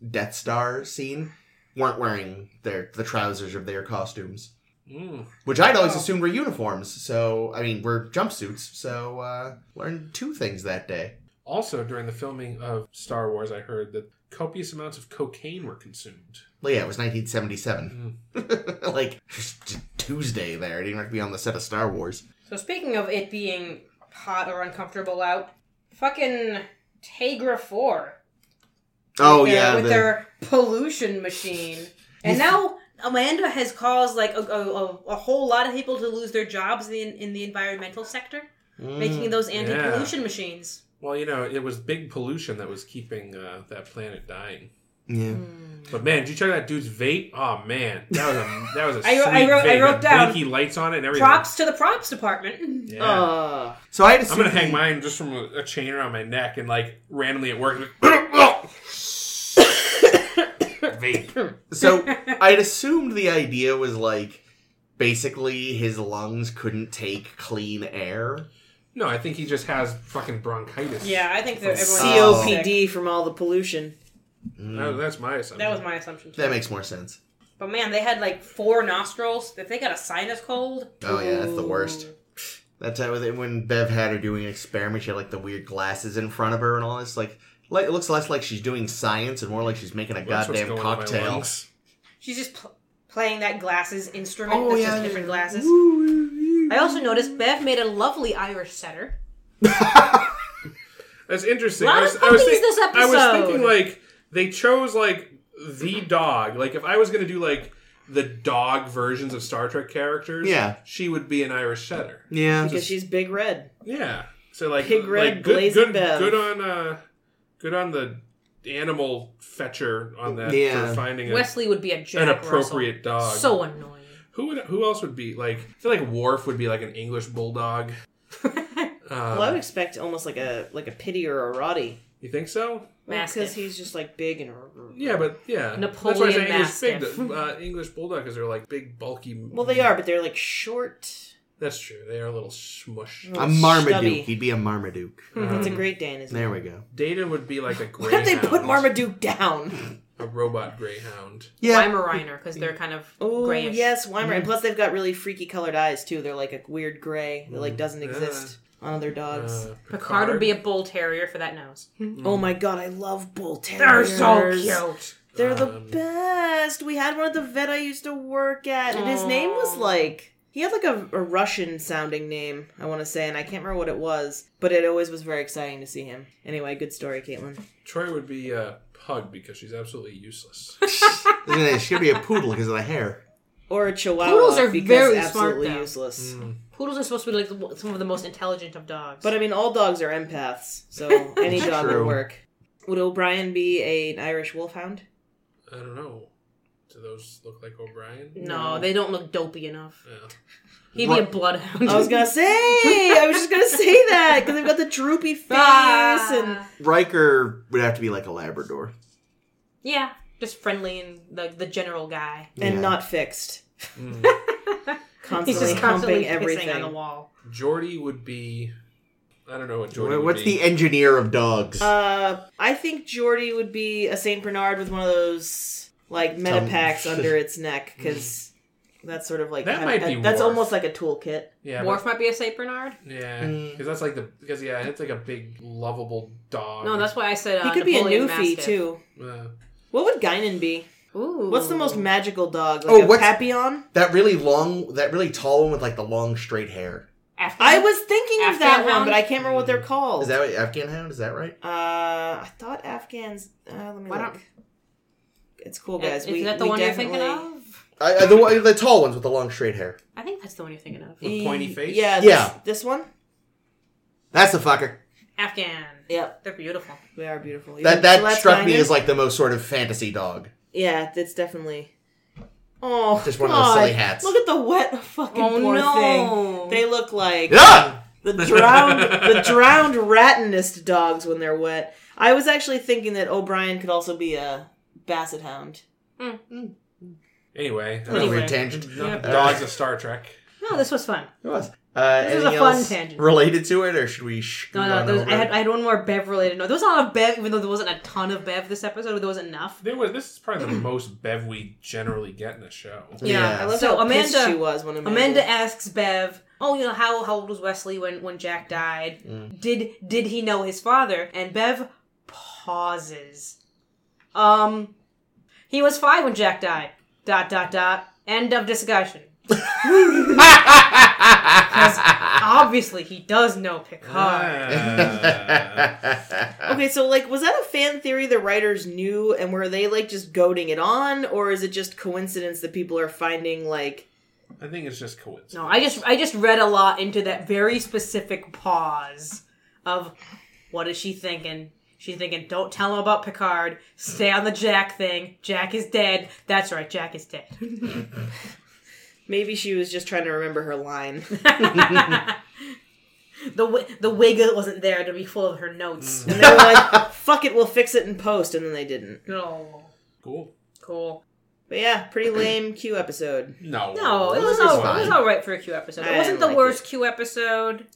Death Star scene weren't wearing their the trousers of their costumes,
Mm.
which I'd always
Oh.
assumed were uniforms. So I mean, were jumpsuits. So uh, learned two things that day.
Also, during the filming of Star Wars, I heard that copious amounts of cocaine were consumed.
Well, yeah, it was 1977.
Hmm.
like just Tuesday there. It didn't have to be on the set of Star Wars.
So speaking of it being hot or uncomfortable out, fucking Tegra Four.
Oh
with their-
yeah,
with
the-
their pollution machine. And now Amanda has caused like a, a, a, a whole lot of people to lose their jobs in in the environmental sector,
Mm.
making those anti-pollution machines.
Well, you know, it was big pollution that was keeping uh, that planet dying.
yeah.
But man, did you check that dude's vape? Oh man, that was a that was a
I
sweet
wrote- I wrote- I
vape. It
wrote
had
down
blinky lights on it and everything.
Props Oh, to the props department.
Yeah.
Uh,
So I had to.
I'm gonna hang mine just from a, a chain around my neck and like randomly at work. vape.
So I'd assumed the idea was like basically his lungs couldn't take clean air.
No, I think he just has fucking bronchitis.
Yeah, I think that everyone
Oh.
COPD from all the pollution.
That- that's my assumption.
That was my assumption. too.
That makes more sense.
But man, they had like four nostrils. If they got a sinus cold,
Oh yeah, that's the worst. That time with when Bev had her doing an experiment, she had like the weird glasses in front of her and all this. Like, like it looks less like she's doing science and more like she's making a
That's what's
goddamn
going on in my
cocktail.
lungs.
she's just pl- playing that glasses instrument.
Oh,
that's
yeah.
just different glasses.
I also noticed Bev made a lovely Irish setter.
That's interesting.
Lot
I
of
was, I was
puppies
thi-
this
I was
episode.
thinking like they chose like the dog. Like if I was gonna do like the dog versions of Star Trek characters,
Yeah.
she would be an Irish Setter.
Yeah.
Because she's big red.
Yeah. So like,
Pig red,
like good,
blazing
good,
bev.
good on uh, good on the animal fetcher on that
Yeah.
for finding a,
Wesley would be a Jack
an appropriate dog.
Russell. So annoying.
who would, who else would be like? I feel like Worf would be like an English bulldog.
Well, I
um,
would expect almost like a like a pity or a Roddy.
you think so?
Mastiff.
Because he's just like big and.
Yeah, but yeah,
Napoleon
That's why I say English
Mastiff.
big, uh, English bulldog because they're like big, bulky.
Well, they are, but they're like short.
That's true. They are a little smush.
A Marmaduke.
Stubby.
He'd be a Marmaduke.
That's a
Mm.
Great Dane, isn't it?
There we go.
Um, Data would be like a
Why
greyhound.
did they put Marmaduke down?
A robot greyhound.
Yeah.
Weimaraner, because they're kind of
Oh
grayish.
yes, Weimar,
Mm-hmm.
and plus they've got really freaky colored eyes too. They're like a weird gray that like doesn't
Mm. Yeah.
exist on other dogs.
Uh, mm.
Picard. would be a bull terrier for that nose.
Oh my god, I love bull
They're
terriers.
so cute.
They're the
Um,
best. We had one at the vet I used to work at, and his name was like he had like a, a Russian sounding name, I want to say, and I can't remember what it was, but it always was very exciting to see him. Anyway, good story, Caitlin.
Troy would be a pug because she's absolutely useless.
It should be a poodle because of the hair.
Or a Chihuahua
Poodles are
because
very smart,
absolutely
though.
useless.
Mm.
Hmm.
Poodles are supposed to be like the, some of the most intelligent of dogs.
But I mean, all dogs are empaths, so any dog
True.
would work. Would O'Brien be a, an Irish wolfhound?
I don't know. Do those look like O'Brien?
no, they don't look dopey enough.
Yeah.
He'd
Ru-
be a bloodhound.
I was gonna say, I was just gonna say that because they've got the droopy face and
Ah.
Riker would have to be like a Labrador.
yeah, just friendly and the the general guy.
and
Yeah.
not fixed.
Mm.
Constantly
He's just
humping
constantly pissing
everything.
on the wall.
Jordy would be I don't know what Jordan.
What's
would be.
the engineer of dogs?
Uh, I think Jordy would be a Saint Bernard with one of those like metapacks under its neck because that's sort of like
That might be
that's
Worf.
almost like a toolkit.
yeah, but-
Worf might be a Saint Bernard.
yeah,
Mm.
because that's like the because yeah, it's like a big lovable dog.
No, that's why I said uh,
He could be a
Napoleon
Newfie
Mastiff.
too.
Uh,
What would Guinan be?
Ooh,
What's the most magical dog? Like
Oh,
a
what's-
Papillon?
that really long, that really tall one with like the long straight hair.
After-
I was thinking of
Afghan
that one,
hound?
but I can't remember what they're called.
Mm. Is that what, Afghan hound? Is that right?
Uh, I thought Afghans. Uh, let me
Why
look.
don't-
It's cool,
Is,
guys.
is
we,
that the
we
one
definitely...
you're thinking of?
I, I, the, one- the tall ones with the long straight hair.
I think that's the one you're thinking of.
With pointy face?
Yeah.
Yeah.
This, this one.
That's the fucker.
Afghan.
Yep.
They're beautiful.
They are beautiful. Yeah,
That that
so that's
struck me
Guinan.
as like the most sort of fantasy dog.
Yeah, it's definitely. Oh,
Just one of those
God.
silly hats.
Look at the wet fucking
Oh,
poor thing. They look like
Ah!
the drowned, the drowned rattenest dogs when they're wet. I was actually thinking that O'Brien could also be a basset hound.
anyway, I
That was a
don't know.
weird tangent.
No,
Uh,
dogs of Star Trek.
No, this was fun.
It was. Uh,
This is a
anything
fun
else
tangent.
related to it, or should we? Sh-
No, no,
run
there was,
over
I,
it?
had, I had one more Bev related note. There was a lot of Bev, even though there wasn't a ton of Bev this episode, but there was enough.
There was this is probably the most Bev we generally get in a show.
Yeah.
I love
So
how pissed
Amanda-
she was when Amanda.
Amanda asks Bev, "Oh, you know how how old was Wesley when when Jack died? Did did he know his father?" And Bev pauses. Um, he was five when Jack died. Dot dot dot. End of discussion. Obviously, he does know Picard.
Ah.
Okay, so like, was that a fan theory the writers knew, and were they like just goading it on, or is it just coincidence that people are finding like?
I think it's just coincidence.
No, I just I just read a lot into that very specific pause of what is she thinking? She's thinking, don't tell him about Picard. Stay on the Jack thing. Jack is dead. That's right, Jack is dead.
Maybe she was just trying to remember her line.
the wi- the wig wasn't there to be full of her notes.
Mm.
And they were like, "Fuck it, we'll fix it in post," and then they didn't.
No,
Cool.
cool.
But yeah, pretty lame Q episode.
No.
No, it was
This is
all, it was
fine.
all right for a Q episode.
I
It wasn't
didn't
the
like
worst Q episode.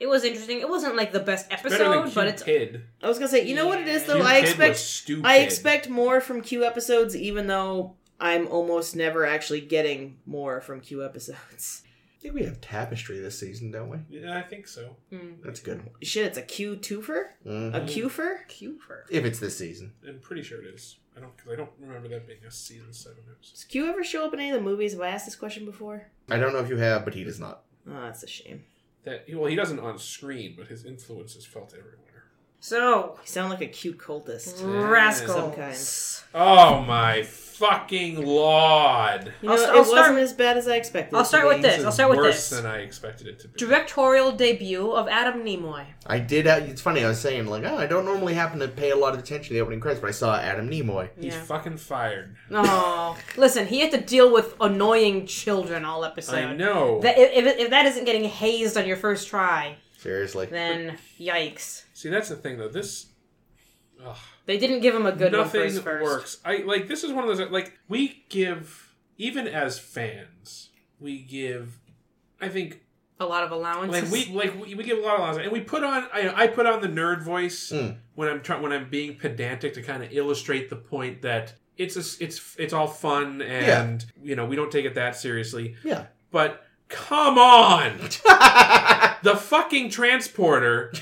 It was interesting. It wasn't like the best
Better than
episode, but it's
Q-Kid.
I was gonna say, you know what it is though.
Q-Kid
I
was
expect,
stupid.
I expect more from Q episodes, even though I'm almost never actually getting more from Q episodes.
I think we have tapestry this season, don't we?
Yeah, I think so.
That's a good. one.
Shit, it's a Q twofer,
Mm-hmm.
Mm-hmm.
a Qfer.
Q for
If it's this season,
I'm pretty sure it is. I don't because I don't remember that being a season seven episode.
Does Q ever show up in any of the movies? Have I asked this question before?
I don't know if you have, but he does not.
Oh, that's a shame.
That well, he doesn't on screen, but his influence is felt everywhere.
so
You sound like a cute cultist.
Mm.
Some
rascals.
Oh my fucking lord!
You know,
I'll-
it
I'll
wasn't
start-
as bad as I expected.
I'll
it to
start with
be.
this. I'll start with
worse
this.
than I expected it to be.
Directorial debut of Adam Nimoy.
I did. Uh, it's funny. I was saying like, oh, I don't normally happen to pay a lot of attention to the opening credits, but I saw Adam Nimoy.
He's
Yeah.
fucking fired.
Oh, listen, he had to deal with annoying children all episode.
I know.
That, if, if- if that isn't getting hazed on your first try,
Seriously.
then yikes.
See, that's the thing though. This
They didn't give him a good one for
nothing
his first.
works. I like this is one of those like we give even as fans we give. I think
A lot of
like
allowances.
we like we, we give a lot of allowance, and we put on I, I put on the nerd voice when I'm trying when I'm being pedantic to kind of illustrate the point that it's a s it's it's all fun and you know we don't take it that seriously.
Yeah.
But come on, the fucking transporter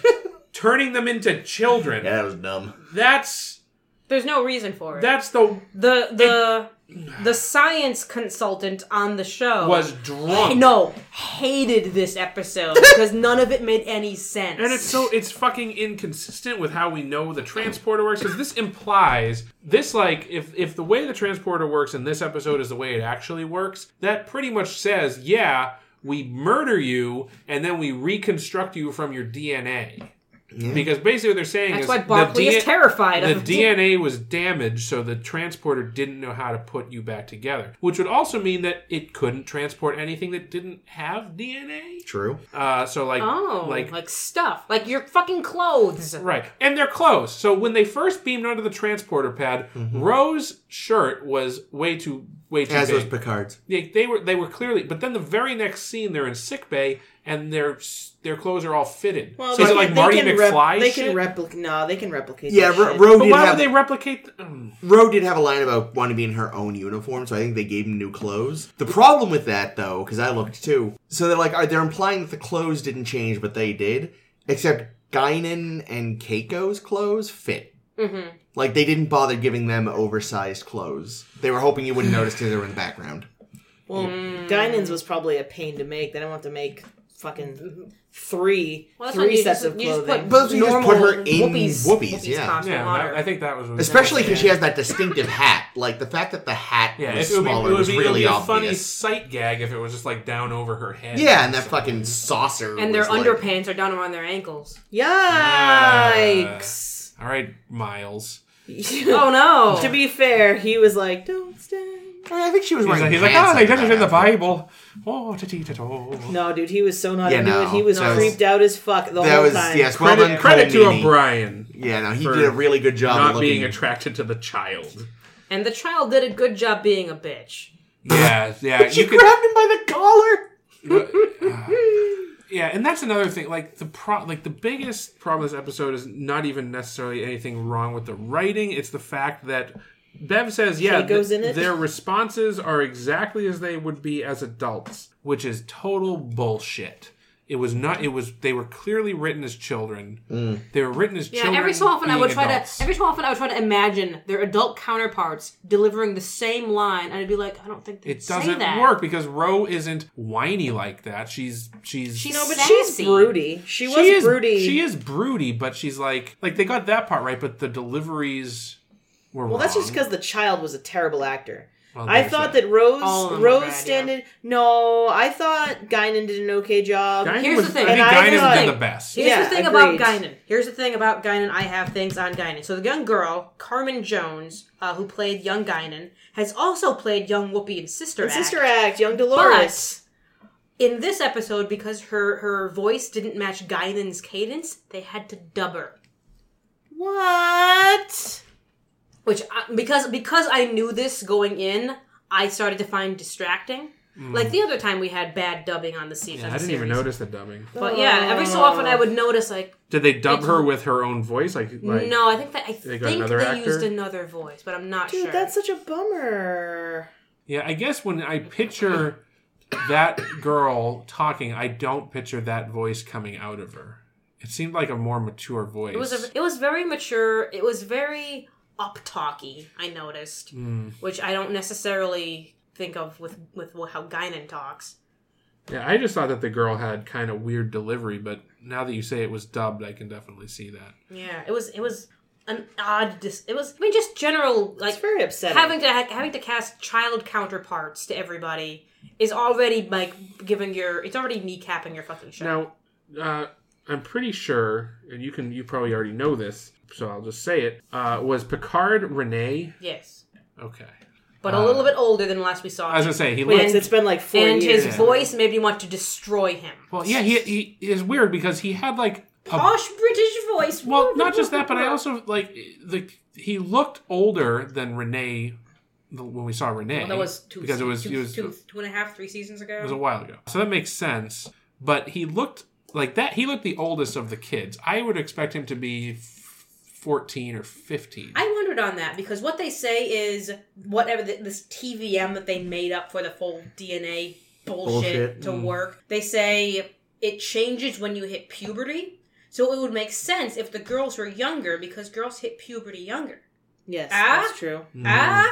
turning them into children.
Yeah, that was dumb.
That's
There's no reason for it.
that's the
the the the science consultant on the show
was drunk.
no hated this episode because none of it made any sense.
And it's so it's fucking inconsistent with how we know the transporter works because this implies this like if if the way the transporter works in this episode is the way it actually works, that pretty much says yeah we murder you and then we reconstruct you from your DNA.
Yeah.
Because basically what they're saying
That's
is
why
the
Barkley
D-
is terrified
the
of
DNA was damaged, so the transporter didn't know how to put you back together, which would also mean that it couldn't transport anything that didn't have DNA.
True.
Uh, so like,
Oh,
like,
like, stuff, like your fucking clothes.
right, and they're close. So when they first beamed onto the transporter pad, Rose's shirt was way too way too
Mm-hmm. As
big.
was Picard's.
They, they were they were clearly, but then the very next scene, they're in sick bay and their s- their clothes are all fitted.
Well,
so is
they
it like
can-
Marty
they can rep-
McFly
They
shit?
can replicate. No, they can replicate.
Yeah,
that
Ro-
shit.
Ro
but
did
why
Oh, have
would they replicate? mm.
Ro did have a line about wanting to be in her own uniform, so I think they gave him new clothes. The problem with that, though, because I looked too, so they're like, are they're implying that the clothes didn't change, but they did, except Guinan and Keiko's clothes fit.
Mm-hmm.
Like they didn't bother giving them oversized clothes. They were hoping you wouldn't notice because they were in the background.
Well, Guinan's was probably a pain to make. They do not have to make fucking three
Well, that's what
three
you
sets
just-
of
you just put
clothing.
But you just put her
Normal
in
Whoopi's-
Whoopies,
Whoopi's
yeah.
costume.
Yeah,
Water.
that- I think that was really
Especially because she has that distinctive hat. Like the fact that the hat
Yeah,
was
it would be,
smaller
it would
was
be,
really
it would be a funny
obvious.
sight gag if it was just like down over her head.
yeah, and that fucking saucer.
And their
was, like-
underpants are down around their ankles.
Yikes!
All right, Miles.
Oh no!
to be fair, he was like, "Don't stand."
I, mean, I think she was
He's
wearing.
like, he's like,
pants
oh, they did
that
it in the
outfit."
Bible. Oh, titty, tittle.
No, dude, he was so not
Yeah,
into
no,
it. He was
that was-
creeped out as fuck the
That
whole
was
time.
yes. Well done,
Credit, credit to
Colin Meaney.
O'Brien
Yeah, no, he
for
did a really good job. of
not
looking,
being attracted to the child.
and the child did a good job being a bitch.
Yeah, yeah.
She
you could,
grabbed him by the collar.
yeah, and that's another thing. Like the pro, like the biggest problem with this episode is not even necessarily anything wrong with the writing. It's the fact that Bev says, yeah,
He goes
th-
in it?
their responses are exactly as they would be as adults, which is total bullshit. It was not. It was. They were clearly written as children. They were written as
Yeah,
children.
every so often I
being
would try
adults.
to every so often I would try to imagine their adult counterparts delivering the same line, and I'd be like, I don't think they
It
say
doesn't
that.
work because Ro isn't whiny like that. She's she's
She's
No, but
sassy.
she's broody. She, was
is
broody.
She is broody, but she's like like they got that part right, but the deliveries were
Well, that's
wrong.
just because the child was a terrible actor.
Well,
I
there's
thought that Rose
All of them were bad,
Rose
yeah.
standing. No, I thought Guinan did an okay job.
Guinan
Here's
was-
the thing.
I think
And I
Guinan's
thought-
did the best.
Here's
Yeah,
the thing
agreed.
about Guinan. Here's the thing about Guinan. I have things on Guinan. So the young girl, Carmen Jones, uh, who played young Guinan, has also played young Whoopi in Sister
And
Act.
Sister Act, Young Dolores.
in this episode, because her her voice didn't match Guinan's cadence, they had to dub her.
What?
Which I, because because I knew this going in, I started to find distracting.
Mm.
Like the other time we had bad dubbing on the season.
I didn't even notice the dubbing.
But yeah, every so often I would notice like
Did they dub her with her own voice? Like, like
no, I think that I
They
think
got
they
another actor?
used another voice, but I'm not
Dude,
sure.
that's such a bummer.
yeah. I guess when I picture that girl talking, I don't picture that voice coming out of her. It seemed like a more mature voice.
It was a, it was very mature. It was very up talky. I noticed,
Mm.
which I don't necessarily think of with with how Guinan talks.
Yeah, I just thought that the girl had kind of weird delivery, but now that you say it was dubbed, I can definitely see that.
Yeah, it was it was an odd. Dis- it was I mean just general
It's
like
very upsetting.
having to ha- having to cast child counterparts to everybody is already like giving your it's already kneecapping your fucking show.
Now, uh, I'm pretty sure, and you can you probably already know this, so I'll just say it. Uh, was Picard Renee?
Yes,
Okay,
but
uh,
a little bit older than last we saw.
I was gonna say he
Yes,
looks.
it's been like four
and
years.
his voice made me want to destroy him.
Well, yeah, he, he is weird because he had like a
Posh British voice.
well, not just that, but I also like the he looked older than Renee when we saw Renee.
Well, that was two
because it was
two,
it was
two- two and a half, three seasons ago.
It was a while ago. So that makes sense. But he looked like that. He looked the oldest of the kids. I would expect him to be f- 14 or 15.
I wondered on that because what they say is whatever th this TVM that they made up for the full DNA bullshit,
Bullshit.
Mm.
to work. They say it changes when you hit puberty. So it would make sense if the girls were younger because girls hit puberty younger.
Yes,
Ah?
that's true.
Mm.
Ah,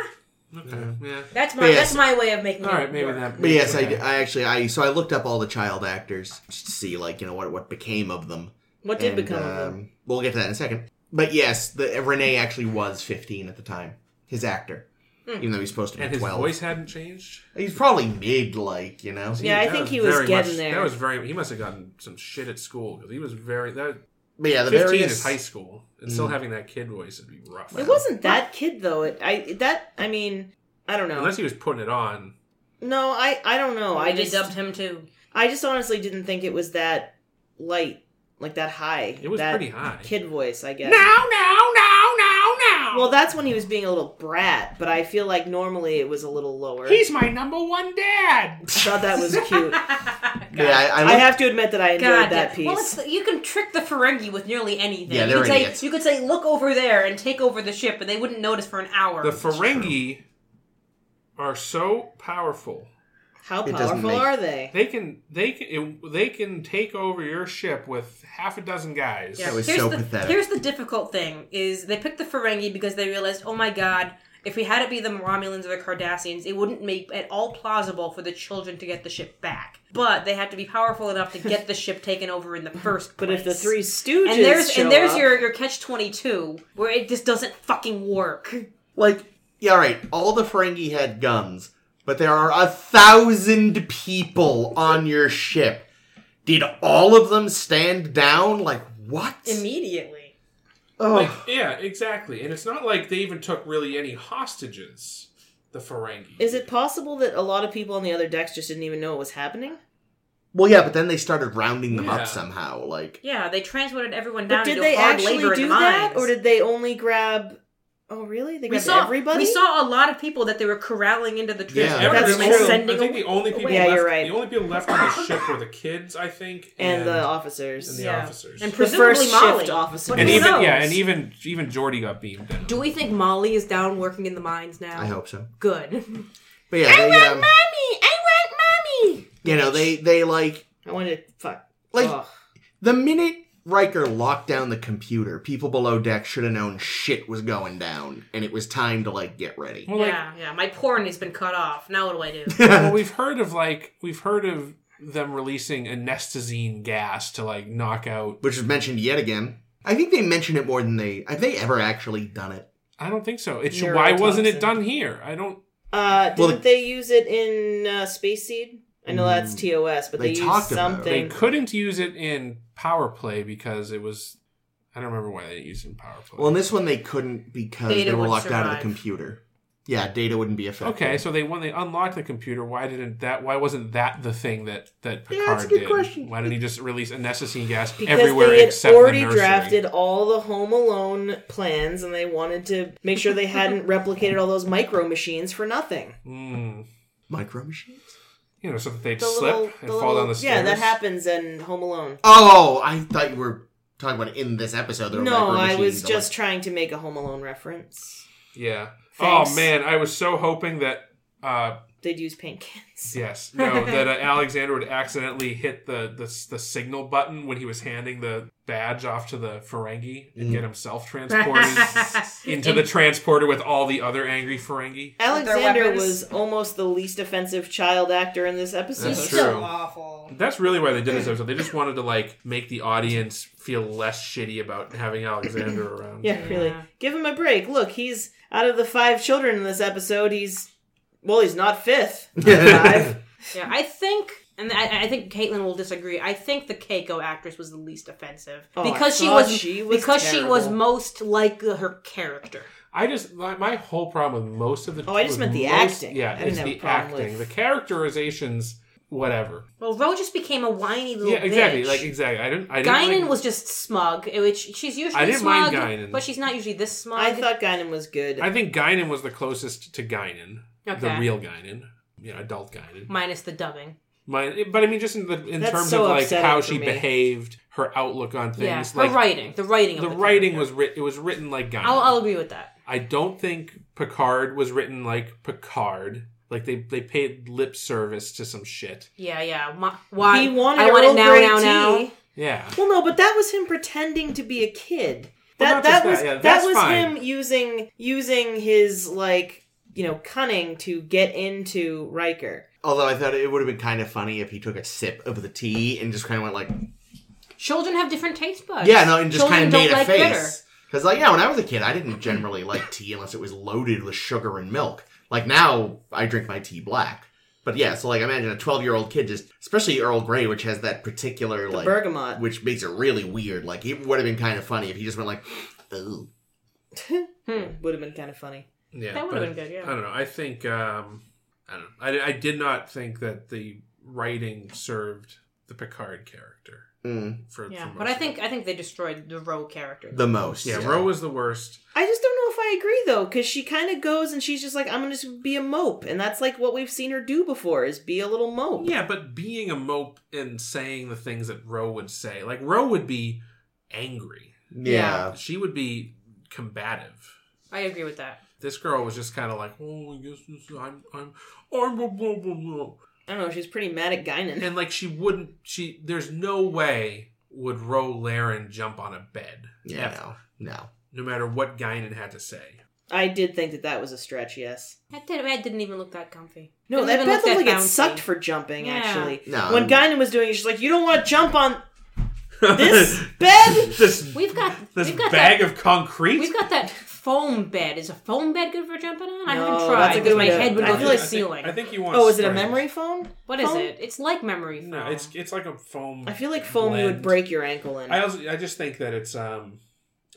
okay. Yeah.
that's my
But yes.
that's my way of making.
All
it
right, maybe
work.
that.
But
maybe-
yes, I,
okay.
I actually I so I looked up all the child actors just to see like you know what what became of them.
What did
And,
become of him?
um, We'll get to that in a second. But yes, the Renee actually was 15 at the time. His actor,
Hmm.
even though he's supposed to be
And his
12.
voice hadn't changed.
He's probably mid, like you know.
Yeah, I
That
think he was
very
getting
much-
there.
That was very. He must have gotten some shit at school because he was very. That
But yeah, the Mm.
Fifteen
various
is high school, and still having that kid voice would be rough.
It wasn't that kid though. It, I that I mean, I don't know.
unless he was putting it on.
no, I I don't know.
Oh,
I
I
just
dubbed him too.
I just honestly didn't think it was that light, like that high.
It was
that
pretty high.
Kid voice, I guess.
now, now, now, now.
Well, that's when he was being a little brat, but I feel like normally it was a little lower.
my number one dad.
I thought that was cute.
Yeah, I, I
I
looked-
have to admit that I enjoyed
God,
that
yeah.
piece.
Well, it's the, you can trick the Ferengi with nearly anything.
Yeah,
you
they're
could say,
idiots.
you could say, look over there and take over the ship, and they wouldn't notice for an hour.
The Ferengi are so powerful.
How
It doesn't
powerful
make-
are they?
They can they can it, they can take over your ship with half a dozen guys.
Yeah.
That was
here's
so
the,
pathetic.
Here's the difficult thing: is they picked the Ferengi because they realized, oh my god, if we had it be the Romulans or the Cardassians, it wouldn't make at all plausible for the children to get the ship back. But they had to be powerful enough to get the ship taken over in the first place.
But if the Three Stooges
and there's
show
and there's
up-
your your catch twenty two where it just doesn't fucking work.
like, yeah, all right. All the Ferengi had guns, but there are a thousand people on your ship. Did all of them stand down? Like what?
Immediately,
oh,
Like, yeah, exactly. And it's not like they even took really any hostages. The Ferengi.
Is it possible that a lot of people on the other decks just didn't even know what was happening?
well, yeah, but then they started rounding them
Yeah.
up somehow. Like,
yeah, they transported everyone down.
But did
into
they
hard
actually
labor in
do
the
that,
mines.
or did they only grab? Oh, really? They
we
grabbed
saw
everybody.
We saw a lot of people that they were corralling into the
Yeah,
transport
Everyone-
That's
and
true.
sending
I think the only people
Yeah,
left,
you're right.
the only people left on the ship were the kids, I think,
and,
and,
the officers.
and the
Yeah.
officers.
And
The
Presumably
first
Molly.
shift officers.
But
And
Who
even yeah,
knows?
and even even Jordy got beamed down.
Do we think Molly is down working in the mines now?
I hope so.
Good.
But yeah, they, um,
I want mommy.
you know, they they like
I wanted to fuck.
like
Ugh.
the minute Riker locked down the computer, people below deck should have known shit was going down, and it was time to like get ready.
Well, like,
Yeah, yeah. My porn has been cut off. Now what do I do?
well, we've heard of like we've heard of them releasing anesthetizine gas to like knock out.
which was mentioned yet again. I think they mention it more than they have they ever actually done it.
I don't think so. It's why wasn't it done here? I don't.
Uh, didn't
Well, the-
they use it in uh, Space Seed? I know that's TOS, but
They
they, used
talked about it.
They
something.
couldn't use it in power play because it was. I don't remember why they used it in power play.
Well, in this one they couldn't because
Data
they were
would
locked out of the
survive.
computer. Yeah, data wouldn't be affected.
okay, so they when they unlocked the computer, why didn't that? Why wasn't that the thing that that Picard
Yeah, that's a good
did?
question.
Why didn't he just release anesthetizine gas
because
everywhere
they had
except
already
the nursery?
drafted all the Home Alone plans, and they wanted to make sure they hadn't replicated all those micro machines for nothing.
Mm.
micro machines.
You know, so that they'd
The
slip
little, the
and fall
little-
down the stairs.
Yeah, that happens in Home Alone.
Oh, I thought you were talking about in this episode. There were
No,
micro
I was
machines. I'm
just trying to make a Home Alone reference.
Yeah.
Thanks.
Oh man, I was so hoping that uh
They'd use paint cans.
yes, no, that uh, Alexander would accidentally hit the, the the signal button when he was handing the badge off to the Ferengi and
Mm.
get himself transported into the transporter with all the other angry Ferengi.
Alexander
weapons.
was almost the least offensive child actor in this episode.
That's
so
true.
awful.
That's really why they did this episode. They just wanted to like make the audience feel less shitty about having Alexander around.
Yeah, really. Give him a break. Look, he's out of the five children in this episode. He's well, he's not fifth. Five.
Yeah, I think, and I, I think Caitlin will disagree. I think the Keiko actress was the least offensive
Oh, I
because she
thought
was,
she was
because she was
terrible.
most like her character.
I just my, my whole problem with most of the
Oh, I just
with
meant the acting. I
Yeah,
didn't
it's
have a
the
problem
acting, the
with-
characterizations, whatever.
Well, Ro just became a whiny little
Yeah, exactly.
bitch.
Like exactly. I didn't. I didn't
Guinan
like-
was just smug, eh, which she's usually
I didn't mind
smug,
Guinan.
but she's not usually this smug.
I thought Guinan was good.
I think Guinan was the closest to Guinan, the
Okay.
real Guinan, you know, adult Guinan.
minus the dubbing.
Mine, but I mean, just in the in
Mm. That's
terms
so
of like
upsetting
how
for
she
me.
behaved, her outlook on
Yeah,
things,
her
like
writing, the writing,
the,
of the,
writing
character.
was writ. It was written like Guinan.
I'll, I'll agree with that.
I don't think Picard was written like Picard. Like they they paid lip service to some shit.
Yeah, yeah. My, why
he wanted
I
Earl
want it now,
Grey
now,
tea.
now.
Yeah.
Well, no, but that was him pretending to be a kid.
Well,
That
not just
that was
that, yeah,
that
that's
was
fine.
him using using his like you know cunning to get into Riker.
Although I thought it would have been kind of funny if he took a sip of the tea and just kind of went like,
Children have different taste buds.
yeah, no, and just
Children
kind of made
don't
a
like bitter.
face. Because like, yeah, when I was a kid, I didn't generally like tea unless it was loaded with sugar and milk. Like now, I drink my tea black. But yeah, so like imagine a 12 year old kid just, especially Earl Grey, which has that particular
The
like,
bergamot.
which makes it really weird. Like it would have been kind of funny if he just went like, ooh.
Hmm.
Would have been kind of funny.
Yeah,
That would've
but
been good, yeah.
I don't know. I think um, I don't. Know. I, I did not think that the writing served the Picard character
Mm,
for.
Yeah, but
for most
I
of
think
it.
I think they destroyed the Roe character.
the most.
yeah, Roe was the worst.
I just don't know if I agree though, because she kind of goes and she's just like, "I'm gonna just be a mope," and that's like what we've seen her do before is be a little mope.
Yeah, but being a mope and saying the things that Roe would say, like Roe would be angry.
Yeah.
She would be combative.
I agree with that.
This girl was just kind of like, oh, I guess this, I'm, I'm, I'm, blah, blah, blah, blah."
I don't know. She's pretty mad at Guinan.
and like she wouldn't. She there's no way would Roe Laren jump on a bed.
Yeah.
ever,
No. No.
no matter what Guinan had to say.
I did think that that was a stretch. Yes.
That did, that didn't even look that comfy.
No,
Didn't
that
even
bed
look
looked like
that
it
bouncy.
sucked for jumping.
Yeah.
Actually,
No.
when Guinan was doing it, she's like, "You don't want to jump on this bed."
this
We've got
this
we've got
bag
that,
of concrete.
we've got that foam bed. Is a foam bed good for jumping on? I
No,
haven't tried.
that's a good
because my
way to-
head would
I
go
feel
through
like-
the ceiling.
I think you want.
Oh, is it a
springs.
memory foam?
what is
foam?
it? It's like memory foam.
No, it's it's like a foam.
I feel like foam you would
blend.
break your ankle in.
I also I just think that it's um,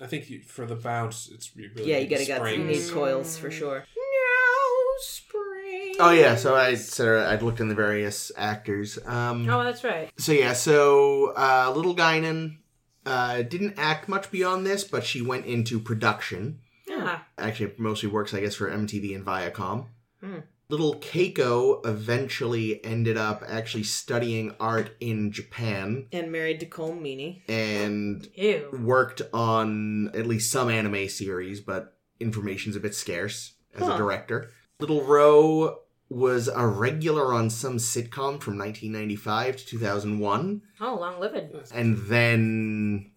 I think you, for the bounce it's you really
yeah, you
need
gotta got you
springs.
need coils for
Mm.
sure. No spring.
Oh yeah, so I so I'd looked in the various actors. Um,
oh, that's right.
So yeah, so uh, Little Guinan uh, didn't act much beyond this, but she went into production.
Ah,
Actually, mostly works, I guess, for MTV and Viacom.
Hmm.
Little Keiko eventually ended up actually studying art in Japan
And married to Cole Meany.
and
ew.
worked on at least some anime series, but information's a bit scarce as
Huh.
a director. Little Roe was a regular on some sitcom from 1995 to 2001
Hmm.
Oh, long lived.
and then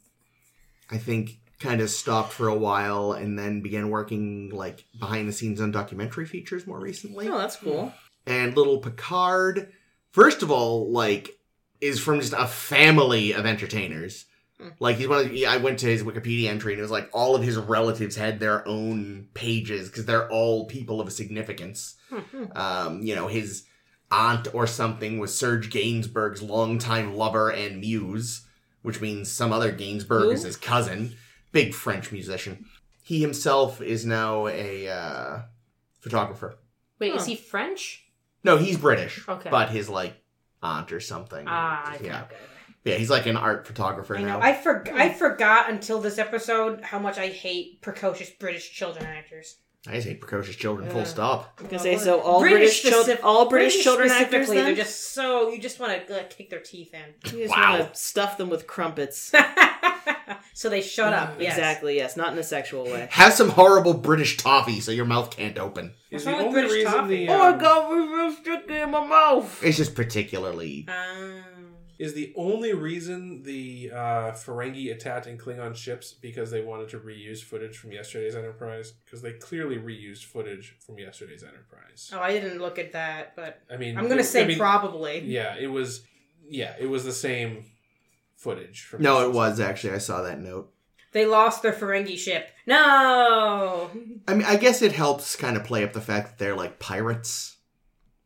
I think kind of stopped for a while and then began working like behind the scenes on documentary features more recently.
Oh, that's
Mm.
cool.
And little Picard, first of all, like is from just a family of entertainers. Like he's one of the, I went to his Wikipedia entry and it was like all of his relatives had their own pages because they're all people of significance. Um, you know, his aunt or something was Serge Gainsbourg's longtime lover and muse, which means some other Gainsbourg is his cousin, big French musician. He himself is now a uh, photographer.
Wait,
Huh.
is he French?
No, he's British,
Okay.
but his like aunt or something.
Ah, okay,
yeah,
okay.
yeah, he's like an art photographer
I
now.
know. I for-
Hmm.
I forgot until this episode how much I hate precocious British children actors.
I just hate precocious children. Full
Yeah.
stop.
Oh,
I was gonna say so. All
British
British, chil-
specif-
all British, children actors.
specifically,
Then?
they're just so you just want to like, kick their teeth in.
you just
Wow.
want to stuff them with crumpets.
so they shut up.
Mm,
Yes.
Exactly. Yes, not in a sexual way.
Have some horrible British toffee so your mouth can't open.
Is
What's
the
wrong with
only
British
reason the
toffee?
Oh,
um,
got rooster in my mouth.
It's just particularly
Um,
is the only reason the uh, Ferengi attacked in Klingon ships because they wanted to reuse footage from yesterday's Enterprise because they clearly reused footage from yesterday's Enterprise.
oh, I didn't look at that, but
I mean,
I'm gonna
it-
say
I mean,
probably.
Yeah, it was. Yeah, it was the same footage. From
No, it was actually. I saw that note.
They lost their Ferengi ship. No.
I mean, I guess it helps kind of play up the fact that they're like pirates,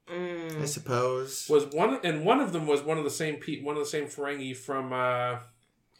I
Mm.
suppose.
was one and one of them was one of the same pe- one of the same Ferengi from uh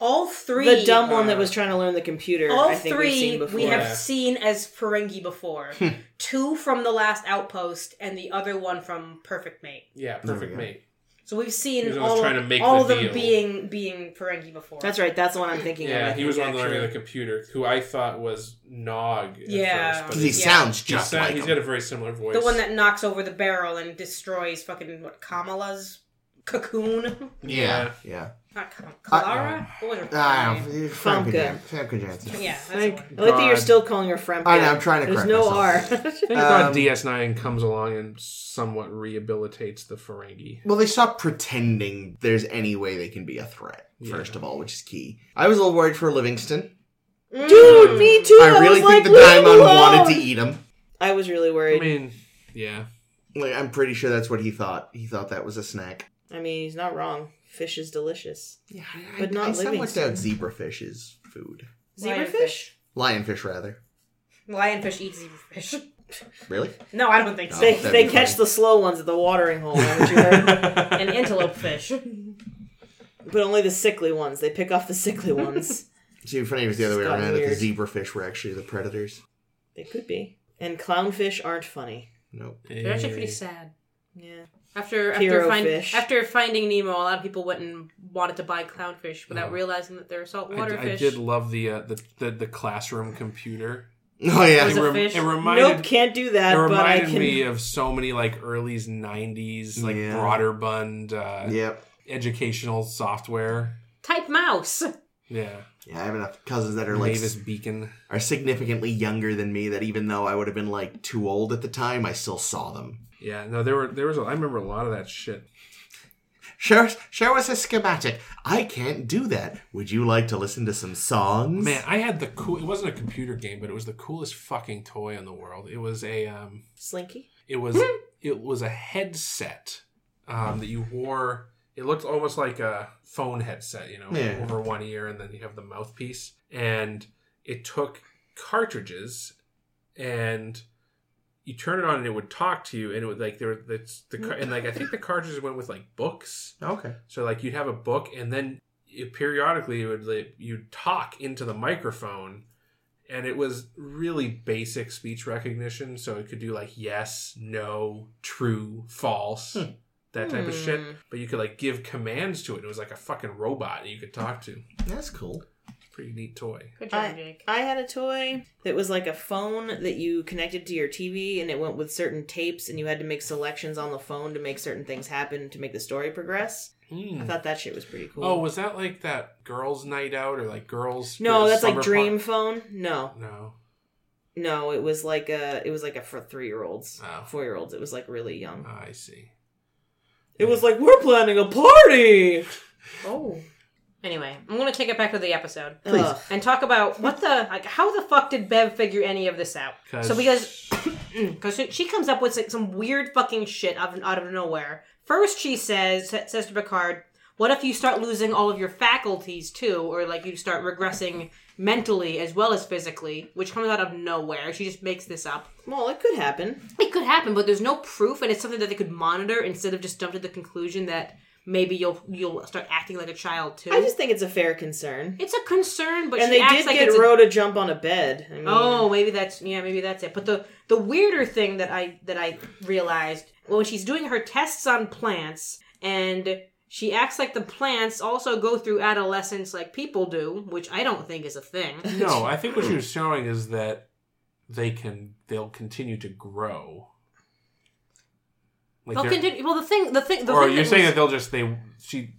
All three.
The dumb
uh,
one that was trying to learn the computer.
all
I think
three
we've seen Hmm. before.
we have
Yeah.
seen as Ferengi before. Two from the last outpost, and the other one from Perfect Mate.
yeah Perfect
yeah.
Mate.
So we've
He was
seen
always
all,
trying to make
all
the
of them
deal.
being being Ferengi before.
That's right. That's the one I'm thinking of. I
Yeah, he
think,
was on
actually.
learning the computer, who I thought was Nog. At
Yeah.
first, but
'Cause he
he's-
Yeah.
sounds
he's
just
sound-
like
he's
him.
got a very similar voice.
the one that knocks over the barrel and destroys fucking what Kamala's cocoon.
yeah, yeah.
Not Kamala, Clara. what was her
Ah,
name?
Famke,
Famke.
Jan- Famke Janssen.
Yeah, that's
Thank-
the one.
I like that you're
God.
still calling her Fremke.
I know. I'm trying to
There's
correct
no
myself.
R.
Thank
Um,
God DS9 comes along and somewhat rehabilitates the Ferengi.
Well, they stopped pretending there's any way they can be a threat. First of all, which is key. I was a little worried for Livingston.
Dude, me
Mm.
too.
Hmm. I really
was
think
like,
the Daimon
Daimon
wanted to eat him.
I was really
I
worried. I mean,
mean, yeah.
Like, I'm pretty sure that's what he thought. He thought that was a snack.
he's not wrong. Fish is delicious.
Yeah,
But not
I somewhat
Livingston.
doubt zebrafish is food.
Lionfish.
Zebrafish.
Lionfish, rather.
Lionfish eats zebrafish.
Really?
No, I don't think so.
No.
They,
Oh, that'd
they
be
catch
funny.
the slow ones at the watering hole, haven't you heard?
An antelope fish.
but only the sickly ones. They pick off the sickly ones.
See, funny it was the other way
It's gotten
around. That the
weird.
zebrafish were actually the predators.
they could be. And clownfish aren't funny.
Nope.
Eh,
They're actually pretty sad.
Yeah.
After after,
Hero
find,
fish.
after finding Nemo, a lot of people went and wanted to buy clownfish without realizing that they're
Oh. I,
saltwater
I
fish.
did love the, uh, the the the classroom computer.
Oh yeah.
Was
It,
a
rem-
fish.
it reminded
nope, can't do that,
it
but I
reminded
can.
me of so many like early '90s like
Yeah.
Broderbund uh,
Yep.
educational software.
Type mouse.
Yeah,
Yeah, I have enough cousins that are like
Mavis Beacon.
are significantly younger than me. That even though I would have been like too old at the time, I still saw them.
Yeah, no, there were there was a, I remember a lot of that shit.
Show us, show us a schematic. I can't do that. Would you like to listen to some songs?
Man, I had the cool. It wasn't a computer game, but it was the coolest fucking toy in the world. It was a um,
Slinky?
it was it was a headset um, that you wore. It looked almost like a phone headset, you know,
Yeah.
over one ear, and then you have the mouthpiece. And it took cartridges, and you turn it on, and it would talk to you, and it would like there were that's the car- and like I think the cartridges went with like books.
Okay.
So like you'd have a book, and then you, periodically you would like, you'd talk into the microphone, and it was really basic speech recognition. So it could do like yes, no, true, false,
Hmm.
that type of shit.
Hmm.
But you could like give commands to it. and It was like a fucking robot that you could talk to.
That's cool.
Pretty neat toy.
Good job, Jake.
I had a toy that was like a phone that you connected to your TV and it went with certain tapes and you had to make selections on the phone to make certain things happen to make the story progress. I
Hmm.
thought that shit was pretty cool.
Oh, was that like that girls' night out or like girls?
no,
girls'
that's like
summer
dream phone. No.
par- No.
No, it was like a it was like a for 3-year-olds,
Oh.
4-year-olds. It was like really young.
Ah, I see.
It was like we're planning a party.
Oh. Anyway, I'm gonna take it back to the episode
Please.
Ugh.
and talk about what the like, how the fuck did Bev figure any of this out?
'Cause-
So because
Mm.
because she comes up with like, some weird fucking shit out of, out of nowhere. First, she says says to Picard, "What if you start losing all of your faculties too, or like you start regressing mentally as well as physically?" Which comes out of nowhere. She just makes this up.
Well, it could happen.
It could happen, but there's no proof, and it's something that they could monitor instead of just jump to the conclusion that maybe you'll you'll start acting like a child too.
I just think it's a fair concern.
it's a concern, but
And
she
they
acts
did
like
get
it's a-
Ro to jump on a bed. I mean,
Oh, maybe that's yeah, maybe that's it. But the the weirder thing that I that I realized well, when she's doing her tests on plants and she acts like the plants also go through adolescence like people do, which I don't think is a thing.
No, I think what she was showing is that they can they'll continue to grow. Like
They'll
they're-
continue. Well, the thing, the thing, the
or
thing
you're
that
saying
was-
that they'll just they she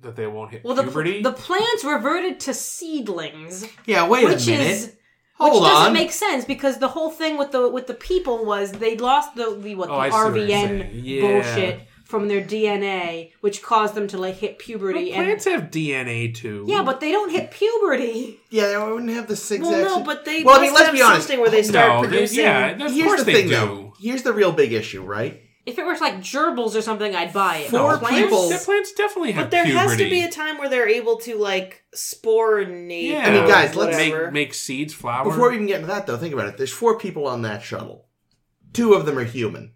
that they won't hit
well, the,
puberty.
the plants reverted to seedlings,
Yeah. Wait
which
a minute.
is which
Hold
doesn't
on.
make sense because the whole thing with the with the people was they lost the, the what
Oh,
the
I see what you're
RBN
saying. Yeah.
bullshit from their DNA, which caused them to like hit
Well,
puberty. and
plants have DNA too.
yeah, but they don't hit puberty.
yeah, they wouldn't have the zigzag.
well, no,
sig-
but they
Well, I
must
mean, let's
have
be honest.
something where they start
no, they,
producing.
yeah, of
Here's
course
the
they
thing,
do.
though. Here's the real big issue, right?
If it was like gerbils or something, I'd buy it.
Four
But plants?
people-
That plants definitely have
But there
puberty.
has to be a time where they're able to like sporinate.
yeah.
I mean, guys, let's-
make
whatever.
make seeds flower.
Before we even get into that, though, think about it. There's four people on that shuttle. Two of them are human,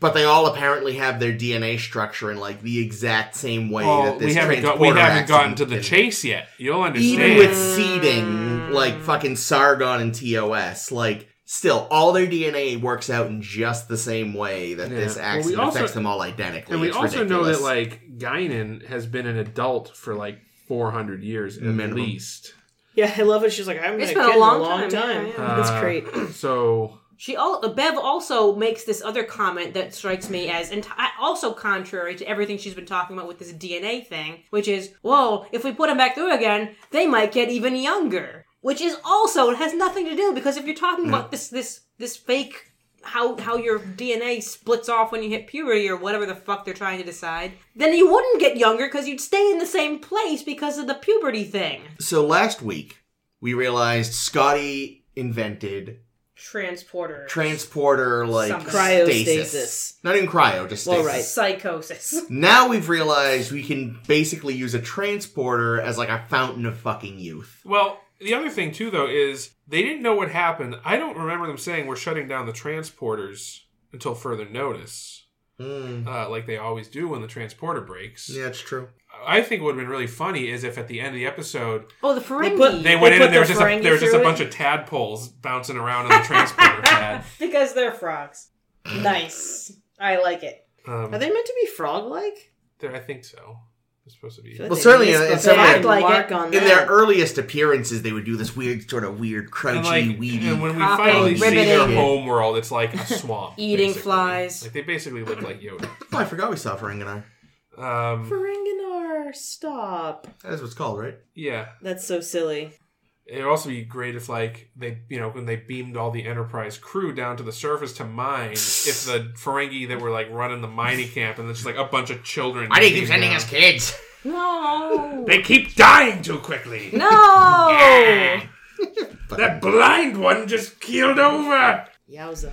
but they all apparently have their DNA structure in like the exact same way
well,
that this
we haven't got we
transporter
haven't gotten
accident
to the
did.
chase yet. You'll understand.
Even with seeding, like fucking Sargon and TOS, like still all their DNA works out in just the same way that
Yeah.
this
Well, we
accident
also-
affects them all identically.
And we
It's
also know
ridiculous.
that like Guinan has been an adult for like 400 years at
Minimum.
least.
Yeah, I love it. She's like, I'm
It's been
gonna
a
get in
long
a long
time,
time.
yeah,
yeah.
That's
Uh,
great.
So
She all Bev also makes this other comment that strikes me as and also contrary to everything she's been talking about with this DNA thing, which is, well, if we put them back through again, they might get even younger, which is also has nothing to do because if you're talking about this this this fake how how your DNA splits off when you hit puberty or whatever the fuck they're trying to decide, then you wouldn't get younger because you'd stay in the same place because of the puberty thing.
So last week we realized Scotty invented
Transporter.
transporter like
Something.
Cryostasis.
Not even cryo, just
Well,
stasis.
right.
Psychosis.
Now we've realized we can basically use a transporter as like a fountain of fucking youth.
well, The other thing too, though, is they didn't know what happened. I don't remember them saying we're shutting down the transporters until further notice,
Mm.
uh, like they always do when the transporter breaks.
Yeah, it's true.
I think what would have been really funny is if at the end of the episode
Oh, the Ferengi.
put-
they went in
put
and there was
the
just a,
Ferengi
there was just a
through
bunch of tadpoles bouncing around on the transporter pad.
Because they're frogs. Nice. I like it.
Um,
Are they meant to be frog-like?
there- I think so. It's supposed to be.
Well, certainly uh, in- in some
way-
like mark
Like it.
on
In
that.
their earliest appearances, they would do this weird, sort of weird, crunchy,
and like,
weedy.
and when we
copy,
finally see their
riveting.
home world, it's like a swamp,
Eating
basically.
flies.
Like they basically look like Yoda.
oh, I forgot we saw Ferenginar.
Um,
Ferenginar, stop.
That's what it's called, right?
yeah,
That's so silly.
it would also be great if like they, you know, when they beamed all the Enterprise crew down to the surface to mine, if the Ferengi that were like running the mining camp and it's just like a bunch of children. came down.
kids?
No.
They keep dying too quickly.
No.
That blind one just keeled over.
Yowza.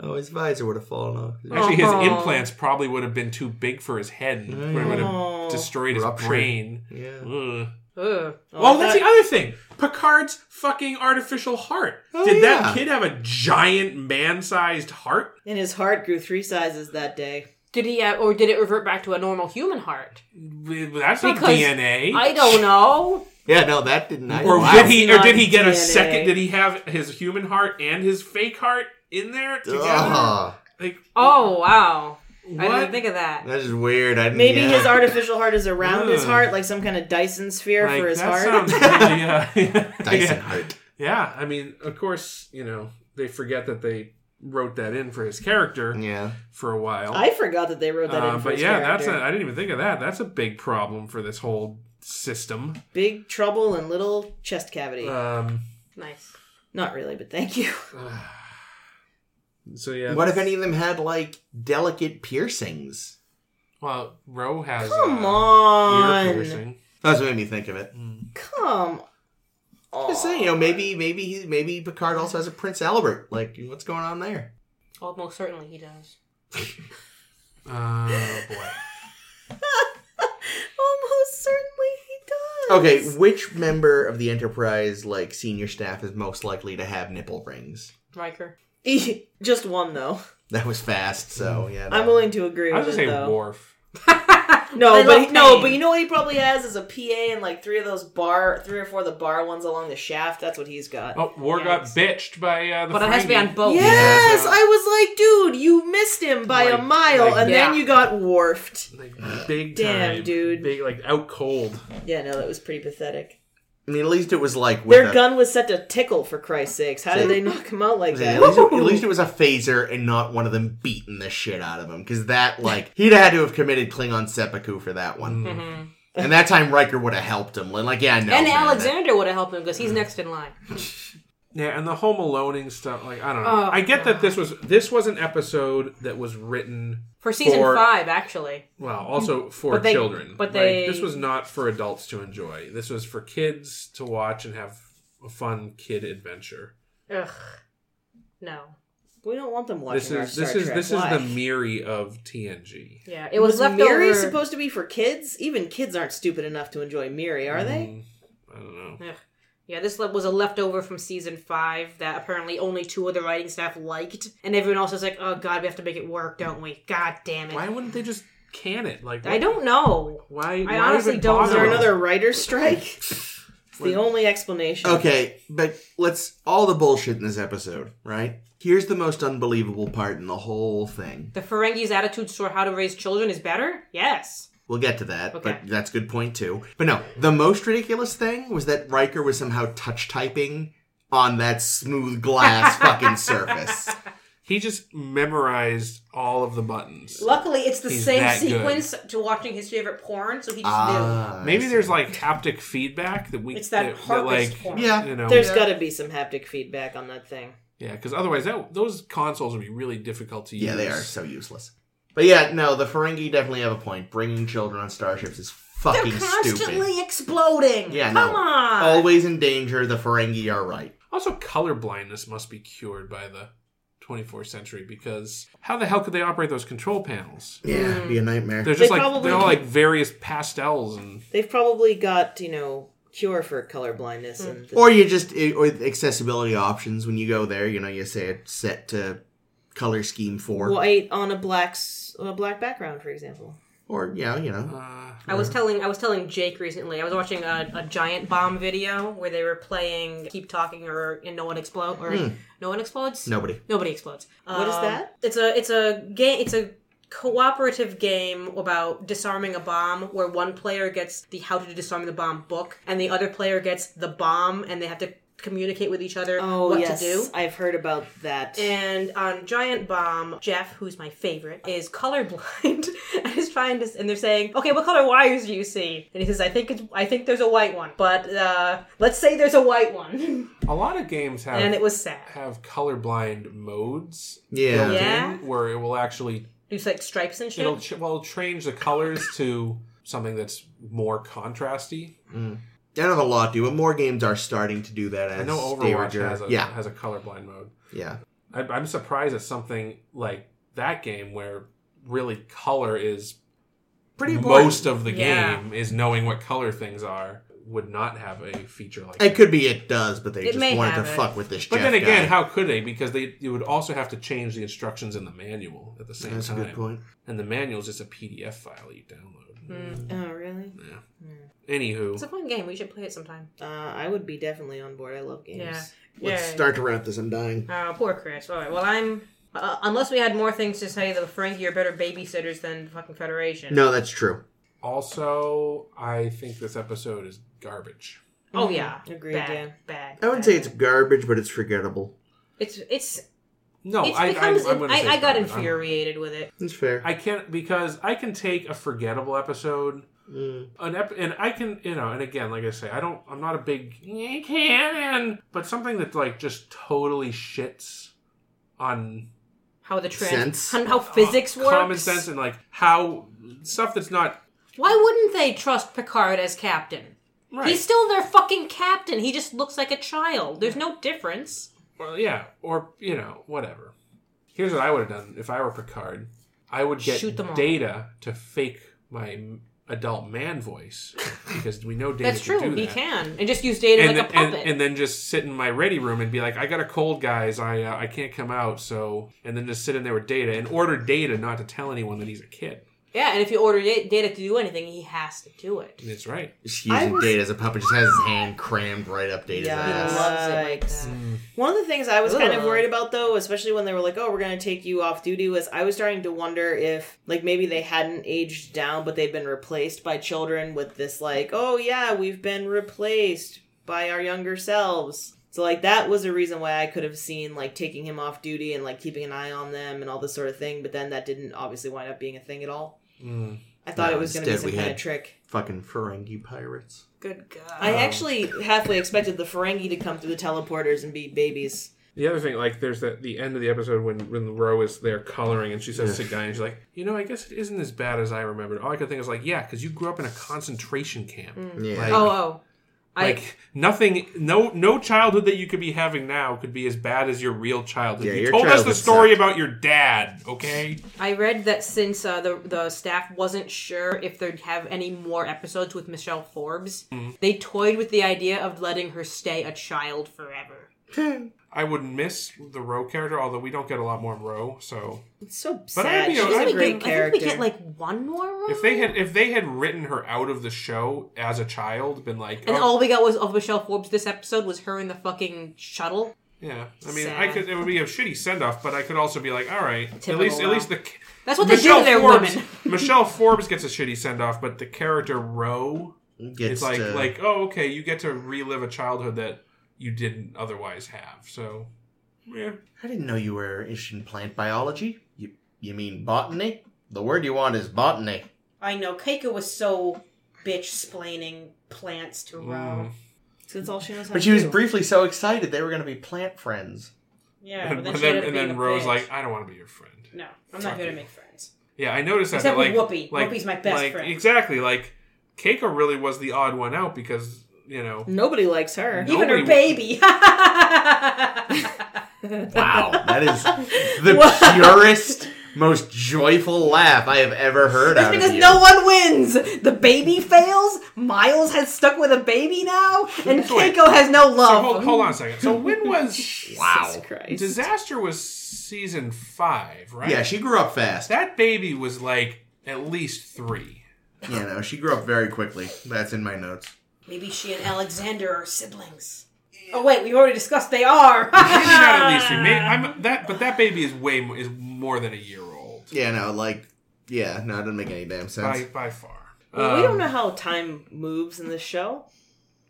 Oh, his visor would have fallen off.
Actually, his
Aw.
implants probably would have been too big for his head, and would have
Aw.
destroyed his
Ruptured.
brain.
Yeah.
Ugh.
Ugh.
Oh, that's the other thing. Picard's fucking artificial heart.
Oh,
Did
yeah.
that kid have a giant man-sized heart?
And his heart grew three sizes that day.
Did he, uh, or did it revert back to a normal human heart?
That's not
Because
DNA.
I don't know.
Yeah, no, that didn't. I,
or
wow.
did he? Or
Not
did he get a
DNA.
second? Did he have his human heart and his fake heart in there together?
Ugh.
Like
Oh wow, I
What?
didn't think of that.
That's just weird. I didn't,
Maybe
yeah.
his artificial heart is around his
Ugh.
heart, like some kind of Dyson sphere
Like,
for his
that
heart.
sounds really, uh,
Dyson
yeah.
heart.
Yeah, I mean, of course, you know, they forget that they wrote that in for his character
Yeah.
for a while.
I forgot that they wrote that
Uh,
in. For
but
his
yeah,
character.
that's a, I didn't even think of that. That's a big problem for this whole system.
big trouble in little chest cavity.
Um,
Nice.
Not really, but thank you.
so yeah,
What if any of them had like delicate piercings?
Well, Roe has
Come
uh, ear
on,
piercing. Mm.
That's what made me think of it.
come. on.
Just saying, you know, maybe, maybe, he, maybe Picard also has a Prince Albert. Like, what's going on there?
Almost certainly he does.
Oh boy.
Almost certainly he does.
Okay, which member of the Enterprise, like senior staff, is most likely to have nipple rings?
Riker.
Okay, just one though.
That was fast, so yeah.
I'm willing to agree
I was
with
gonna
it
say
though.
Worf.
No,
They
but
love
he- no,
pain.
but you know what he probably has is a PA and like three of those bar, three or four of the bar ones along the shaft. That's what he's got.
Oh, War got bitched by uh, the.
But it has to be
Ferengi.
on both.
Oh, Yes, I was like, dude, you missed him by a
Like-
mile,
like-
and then
Yeah.
you got wharfed.
Like, big
Damn,
time.
dude.
Big like out cold.
Yeah, no, that was pretty pathetic.
I mean, at least it was like with
Their
a-
gun was set to tickle, for Christ's sakes. How did they knock him out like
at,
that?
least it, at least it was a phaser and not one of them beating the shit out of him, because that like he'd had to have committed Klingon seppuku for that one,
Mhm.
and that time Riker would have helped him. Like, yeah, no,
and
man,
Alexander would have helped him because he's next in line.
Yeah, and the home aloneing stuff. Like I don't know.
Oh,
I get that this was this was an episode that was written
For season
For-
five, actually.
well, also
Mm,
for
But they-
children.
but
Like,
they-
this was not for adults to enjoy. This was for kids to watch and have a fun kid adventure.
Ugh. No.
we don't want them watching
This
our
is
Star
this is
Trek.
this
Why?
is the Miri of TNG.
Yeah. It was,
was
left
Miri
over.
supposed to be for kids? Even kids aren't stupid enough to enjoy Miri, are they?
Mm, I don't know.
Ugh. Yeah, this le- was a leftover from season five that apparently only two of the writing staff liked, and everyone else was like, "Oh God, we have to make it work, don't we? God damn it!
Why wouldn't they just can it? Like
I don't know.
Why?
I
why
honestly
even
don't
bother?
Is there
No.
another writer strike? It's the only explanation.
Okay, but let's all the bullshit in this episode, right? Here's the most unbelievable part in the whole thing.
The Ferengi's attitude toward how to raise children is better. Yes.
We'll get to that,
Okay.
but that's a good point too. But no, the most ridiculous thing was that Riker was somehow touch typing on that smooth glass fucking surface.
He just memorized all of the buttons.
Luckily, it's the
He's
same
that good.
sequence to watching his favorite porn, so he just
Ah,
Maybe
I
there's
see.
like haptic feedback that we
knew. It's that harvest
like
porn.
yeah,
you know
There's
Yeah.
got to be some haptic feedback on that thing.
Yeah, because otherwise, that those consoles would be really difficult to use.
yeah, they are so useless. But yeah, no, the Ferengi definitely have a point. Bringing children on starships is fucking
They're constantly
stupid.
exploding.
Yeah,
Come
no.
on.
Always in danger. The Ferengi are right.
Also, color blindness must be cured by the 24th century because how the hell could they operate those control panels?
Yeah,
Mm.
be a nightmare.
They're just
They
like
probably-
they're all like various pastels and
They've probably got, you know, cure for color blindness and
Hmm.
this-
Or you just eh, or accessibility options when you go there. You know, you say it's set to color scheme four,
white on a black s- on a black background, for example.
or yeah, you know,
Uh,
I was telling I was telling Jake recently. I was watching a, a giant bomb video where they were playing "Keep Talking" or "And No One Explode" or "No One Explodes."
nobody.
Nobody explodes.
What is
Um,
that?
It's a it's a game. It's a cooperative game about disarming a bomb where one player gets the how to disarm the bomb book and the other player gets the bomb and they have to communicate with each other
Oh
what
yes,
to do.
I've heard about that.
And on Giant Bomb, Jeff, who's my favorite, is colorblind and is trying to. And they're saying, "Okay, what color wires do you see?" And he says, "I think it's, I think there's a white one, but uh, let's say there's a white one."
a lot of games have
and it was sad.
have colorblind modes.
Yeah.
built in
Yeah.
where it will actually
Do like stripes and shit.
it'll ch- well change the colors to something that's more contrasty.
I don't know if a lot do, but more games are starting to do that. As
I know
they were
Overwatch
dur-
has a
yeah,
has a colorblind mode.
yeah.
I, I'm surprised at something like that game where really color is
Pretty important.
most of the
Yeah.
game is knowing what color things are would not have a feature like
It
that.
could be it does, but they
It
just
may
wanted to
have it.
fuck with this.
But
Jeff
then again,
guy.
how could they? Because they you would also have to change the instructions in the manual at the same
That's a
time.
good point.
And the manual is just a PDF file you download.
Hmm.
oh really? Hmm.
Yeah. Anywho,
It's a fun game. We should play it sometime.
Uh, I would be definitely on board. I love games.
Yeah.
Let's
Yay.
start to wrap this. I'm dying.
Oh, poor Chris. All right. Well, I'm. Uh, unless we had more things to say, though, Frankie, you're better babysitters than the fucking Federation.
No, that's true.
also, I think this episode is garbage.
Oh yeah.
Hmm. Agreed,
Bad.
yeah.
Bad.
I would
bad.
say it's garbage, but it's forgettable.
It's it's
No,
it's
Oh, I,
becomes.
I,
I,
I'm gonna say
I
it's
got
garbage. I'm-
infuriated with it.
It's fair.
I can't because I can take a forgettable episode,
Mm.
an ep- and I can you know, and again, like I say, I don't, I'm not a big "Yeah, canon, but something that like just totally shits on
How the
Sense.
trans on how physics works.
Oh, common sense and like how stuff that's not
Why wouldn't they trust Picard as captain?
right.
He's still their fucking captain. He just looks like a child. There's no difference.
Well, yeah, or you know, whatever. Here's what I would have done if I were Picard. I would get
Shoot them all.
Data to fake my m- adult man voice because we know Data
That's
can
true.
do
He
that.
can and just use data
And,
like a
then,
puppet.
and, and then just sit in my ready room and be like, I got a cold, guys. I uh, I can't come out. So and then just sit in there with Data and order Data not to tell anyone that he's a kid.
yeah, and if you order da- data to do anything, he has to do it.
And it's right.
She's
I
using
was-
Data as a puppet. Just has his hand crammed right up Data's
Yeah.
ass.
Loves it like
Yikes.
that.
One of the things I was kind of
Ugh.
worried about, though, especially when they were like, "Oh, we're going to take you off duty," was I was starting to wonder if, like, maybe they hadn't aged down, but they'd been replaced by children with this, like, "Oh yeah, we've been replaced by our younger selves." So like that was a reason why I could have seen like taking him off duty and like keeping an eye on them and all this sort of thing, but then that didn't obviously wind up being a thing at all.
Mm.
I thought
No,
it was going to be
instead
some
we
kind
had-
of trick.
Fucking Ferengi pirates.
Good God.
I
Um.
actually halfway expected the Ferengi to come through the teleporters and be babies.
The other thing, like, there's the, the end of the episode when, when Ro is there coloring and she says to Guy, and she's like, You know, I guess it isn't as bad as I remembered. All I could think is, like, Yeah, because you grew up in a concentration camp.
Yeah.
Like,
Oh, oh.
like nothing, no no childhood that you could be having now could be as bad as your real childhood.
Yeah,
you
your
told us the
childhood
story
sucked.
about your dad, okay?
I read that since uh, the the staff wasn't sure if they'd have any more episodes with Michelle Forbes,
Mm-hmm.
they toyed with the idea of letting her stay a child forever.
I would miss the Ro character, although we don't get a lot more Ro. So
It's so
But I'd
sad.
be
She's
okay-
a
I'd
great
I think
character.
we get like one more run?
if they had if they had written her out of the show as a child, been like,
and
oh,
all we got was of Michelle Forbes this episode was her in the fucking shuttle.
Yeah, I mean,
Sad.
I could. It would be a shitty send off, but I could also be like, all right,
Typical
at least,
Ro.
at least the ca-
That's what they do to their
Forbes.
women.
Michelle Forbes gets a shitty send off, but the character Roe
Gets
is like,
to-
like, oh, okay, you get to relive a childhood that you didn't otherwise have. So, yeah,
I didn't know you were interested in plant biology. You you mean botany? The word you want is botany.
I know. Keiko was so bitch splaining plants to
Mm.
Ro.
So that's all she knows how
But
to
she was
do.
briefly so excited they were going to be plant friends.
Yeah,
and
but then, she
then,
ended up
and
being
then
a
Roe's
bitch.
like, I don't want to be your friend.
no, I'm not
Fuck
here to
you.
make friends.
Yeah, I noticed that.
Except
that, like,
with Whoopi.
like,
Whoopi's my best
like,
friend.
Exactly. Like, Keiko really was the odd one out because you know.
Nobody likes her.
No.
Even her
Nobody-
baby.
Wow, that is the
Wow.
purest, most joyful laugh I have ever heard out
Because
of you.
no one wins. The baby fails. Miles has stuck with a baby now, and
Wait.
Keiko has no
So
love.
hold, hold on a second. So when was
wow.
Christ.
Disaster was season five, right?
Yeah, she grew up fast.
that baby was like at least three.
You know, she grew up very quickly. That's in my notes.
Maybe she and Alexander are siblings. Oh wait, we've already discussed they are.
Maybe not at least three. Maybe, I'm, that, but that baby is way more, is more than a year old
Yeah, no, like, yeah, no, it doesn't make any damn sense.
by by far.
Well, we
Um,
don't know how time moves in this show.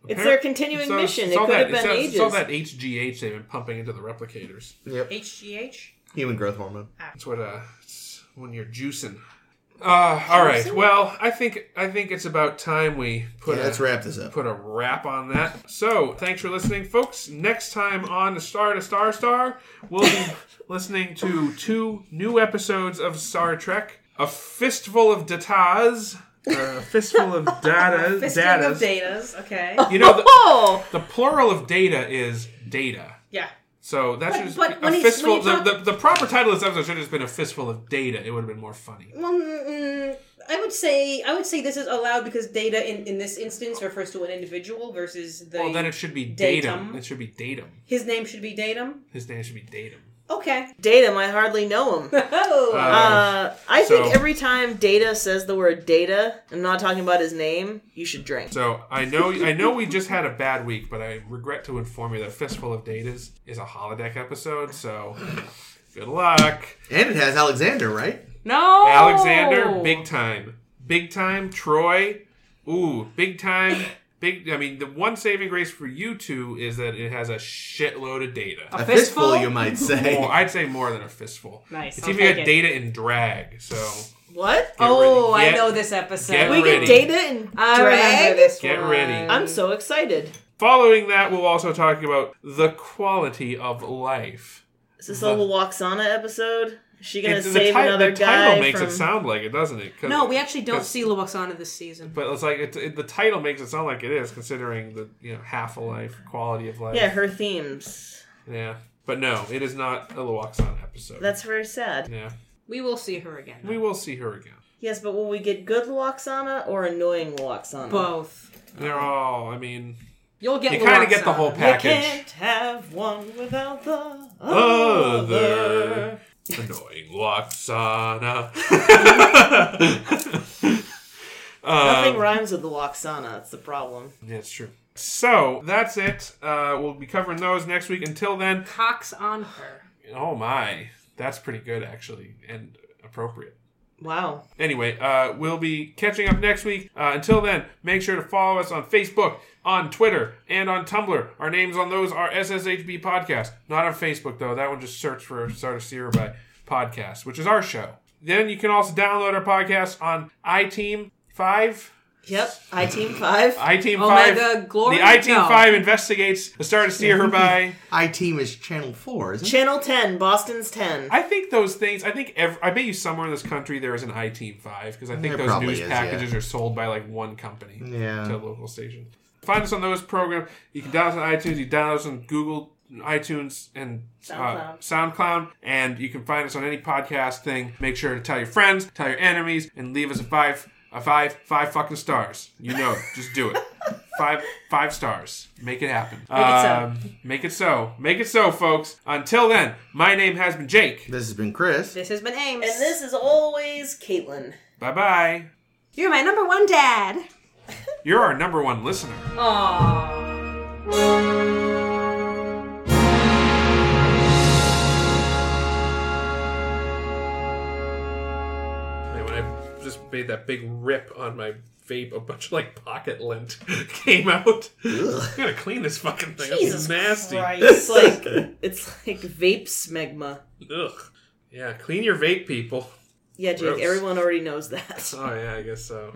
It's their continuing
it's all-
mission.
it's
It
all
could have
that- it's
been
all-
ages.
It's all that HGH they've been pumping into the replicators.
Yep.
HGH.
Human growth hormone.
That's what uh, it's when you're juicing. Uh, all right. Well, I think I think it's about time we put
Yeah,
a-
let's wrap this up.
put a wrap on that. So, thanks for listening, folks. Next time on Star to Star Star, we'll be listening to two new episodes of Star Trek A Fistful of Datas. or A fistful of data.
Fistful of
datas.
datas. Okay.
You know, the,
oh,
the plural of data is data.
Yeah.
So that's just
but
a
when he's- when
fistful.
you
the-
talk-
the, the, proper title of this episode should have just been a fistful of data. It would have been more funny.
Well, mm, mm, I would say I would say this is allowed because data in, in this instance refers to an individual versus the
Well, then it should be datum.
Datum.
It should be datum.
his name should be datum.
His name should be datum.
Okay.
Datum. I hardly know him.
Oh.
Uh, I
so-
think every time Data says the word Data, I'm not talking about his name. You should drink.
So I know I know we just had a bad week, but I regret to inform you that Fistful of Datas is a holodeck episode. So good luck,
And it has Alexander, right?
No, Oh.
Alexander. Big time, big time, Troy. Ooh, big time, big. I mean, the one saving grace for you two is that it has a shitload of data.
A
fistful?
fistful, you might say.
More, I'd say more than a fistful.
Nice,
It's
I'll
even got
take it.
data in drag. So
What?
get
Oh,
ready.
I
Get-
know this episode.
get
we
ready.
get Data and
I remember
drag.
this
Get
one.
ready.
I'm so excited.
Following that, we'll also talk about the quality of life.
Is this a little Waxana episode? Is she gonna
It's-
save
ti-
another guy
title makes
from?
it sound like it, doesn't it? 'Cause-
no, we actually don't
'cause-
see Luoxana this season.
But it's like it, it, the title makes it sound like it is, considering the you know half a life, quality of life.
yeah, her themes.
Yeah. But no, it is not a Luoxana episode.
That's very sad.
yeah.
We will see her again.
We will see her again.
Yes, but will we get good Waxana or annoying Waxana?
Both.
Uh-huh.
They're all. I mean,
You'll get.
you kind of get the
Luoxana.
whole
You
package. Uh,
can't have one without the other.
Other annoying Luoxana.
Nothing
Um,
rhymes with the Waxana. That's the problem.
That's true. So that's it. Uh, we'll be covering those next week. Until then,
Cox on her.
oh my, that's pretty good actually, and appropriate.
Wow.
Anyway, uh, we'll be catching up next week. Uh, until then, make sure to follow us on Facebook, on Twitter, and on Tumblr. Our names on those are SSHB Podcast. Not on Facebook, though. That one just search for Sarda Sierra by Podcast, which is our show. Then you can also download our podcast on iTeam 5.
Yep. I Team Five.
iTeam 5.
Omega Glory?
The iTeam
No. Mm-hmm.
5 investigates the Sarda Sierra by.
I team is Channel 4, isn't it?
Channel Ten. Boston's Ten.
I think those things. I think every, I bet you somewhere in this country there is an iTeam Five because I think
There
those
probably
news
is,
packages are sold by like one company
Yeah.
to a local station. Find us on those programs. You can download us on iTunes. You can download us on Google iTunes and uh, SoundCloud, and you can find us on any podcast thing. Make sure to tell your friends, tell your enemies, and leave us a five, a five, five fucking stars. You know, it. just do it. Five, five stars. Make it happen. Make
it so.
Make it so. Make it so, folks. Until then, my name has been Jake.
This has been Chris.
This has been Ames.
and this is always Caitlin.
Bye bye.
You're my number one dad.
You're our number one listener.
Aww.
And when I just made that big rip on my vape, a bunch of like pocket lint came out. I'm gonna clean this fucking thing. Jesus
Jesus
nasty.
It's like it's like vape smegma.
Ugh. Yeah, clean your vape, people.
Yeah, Jake.
Gross.
Everyone already knows that.
Oh yeah, I guess so.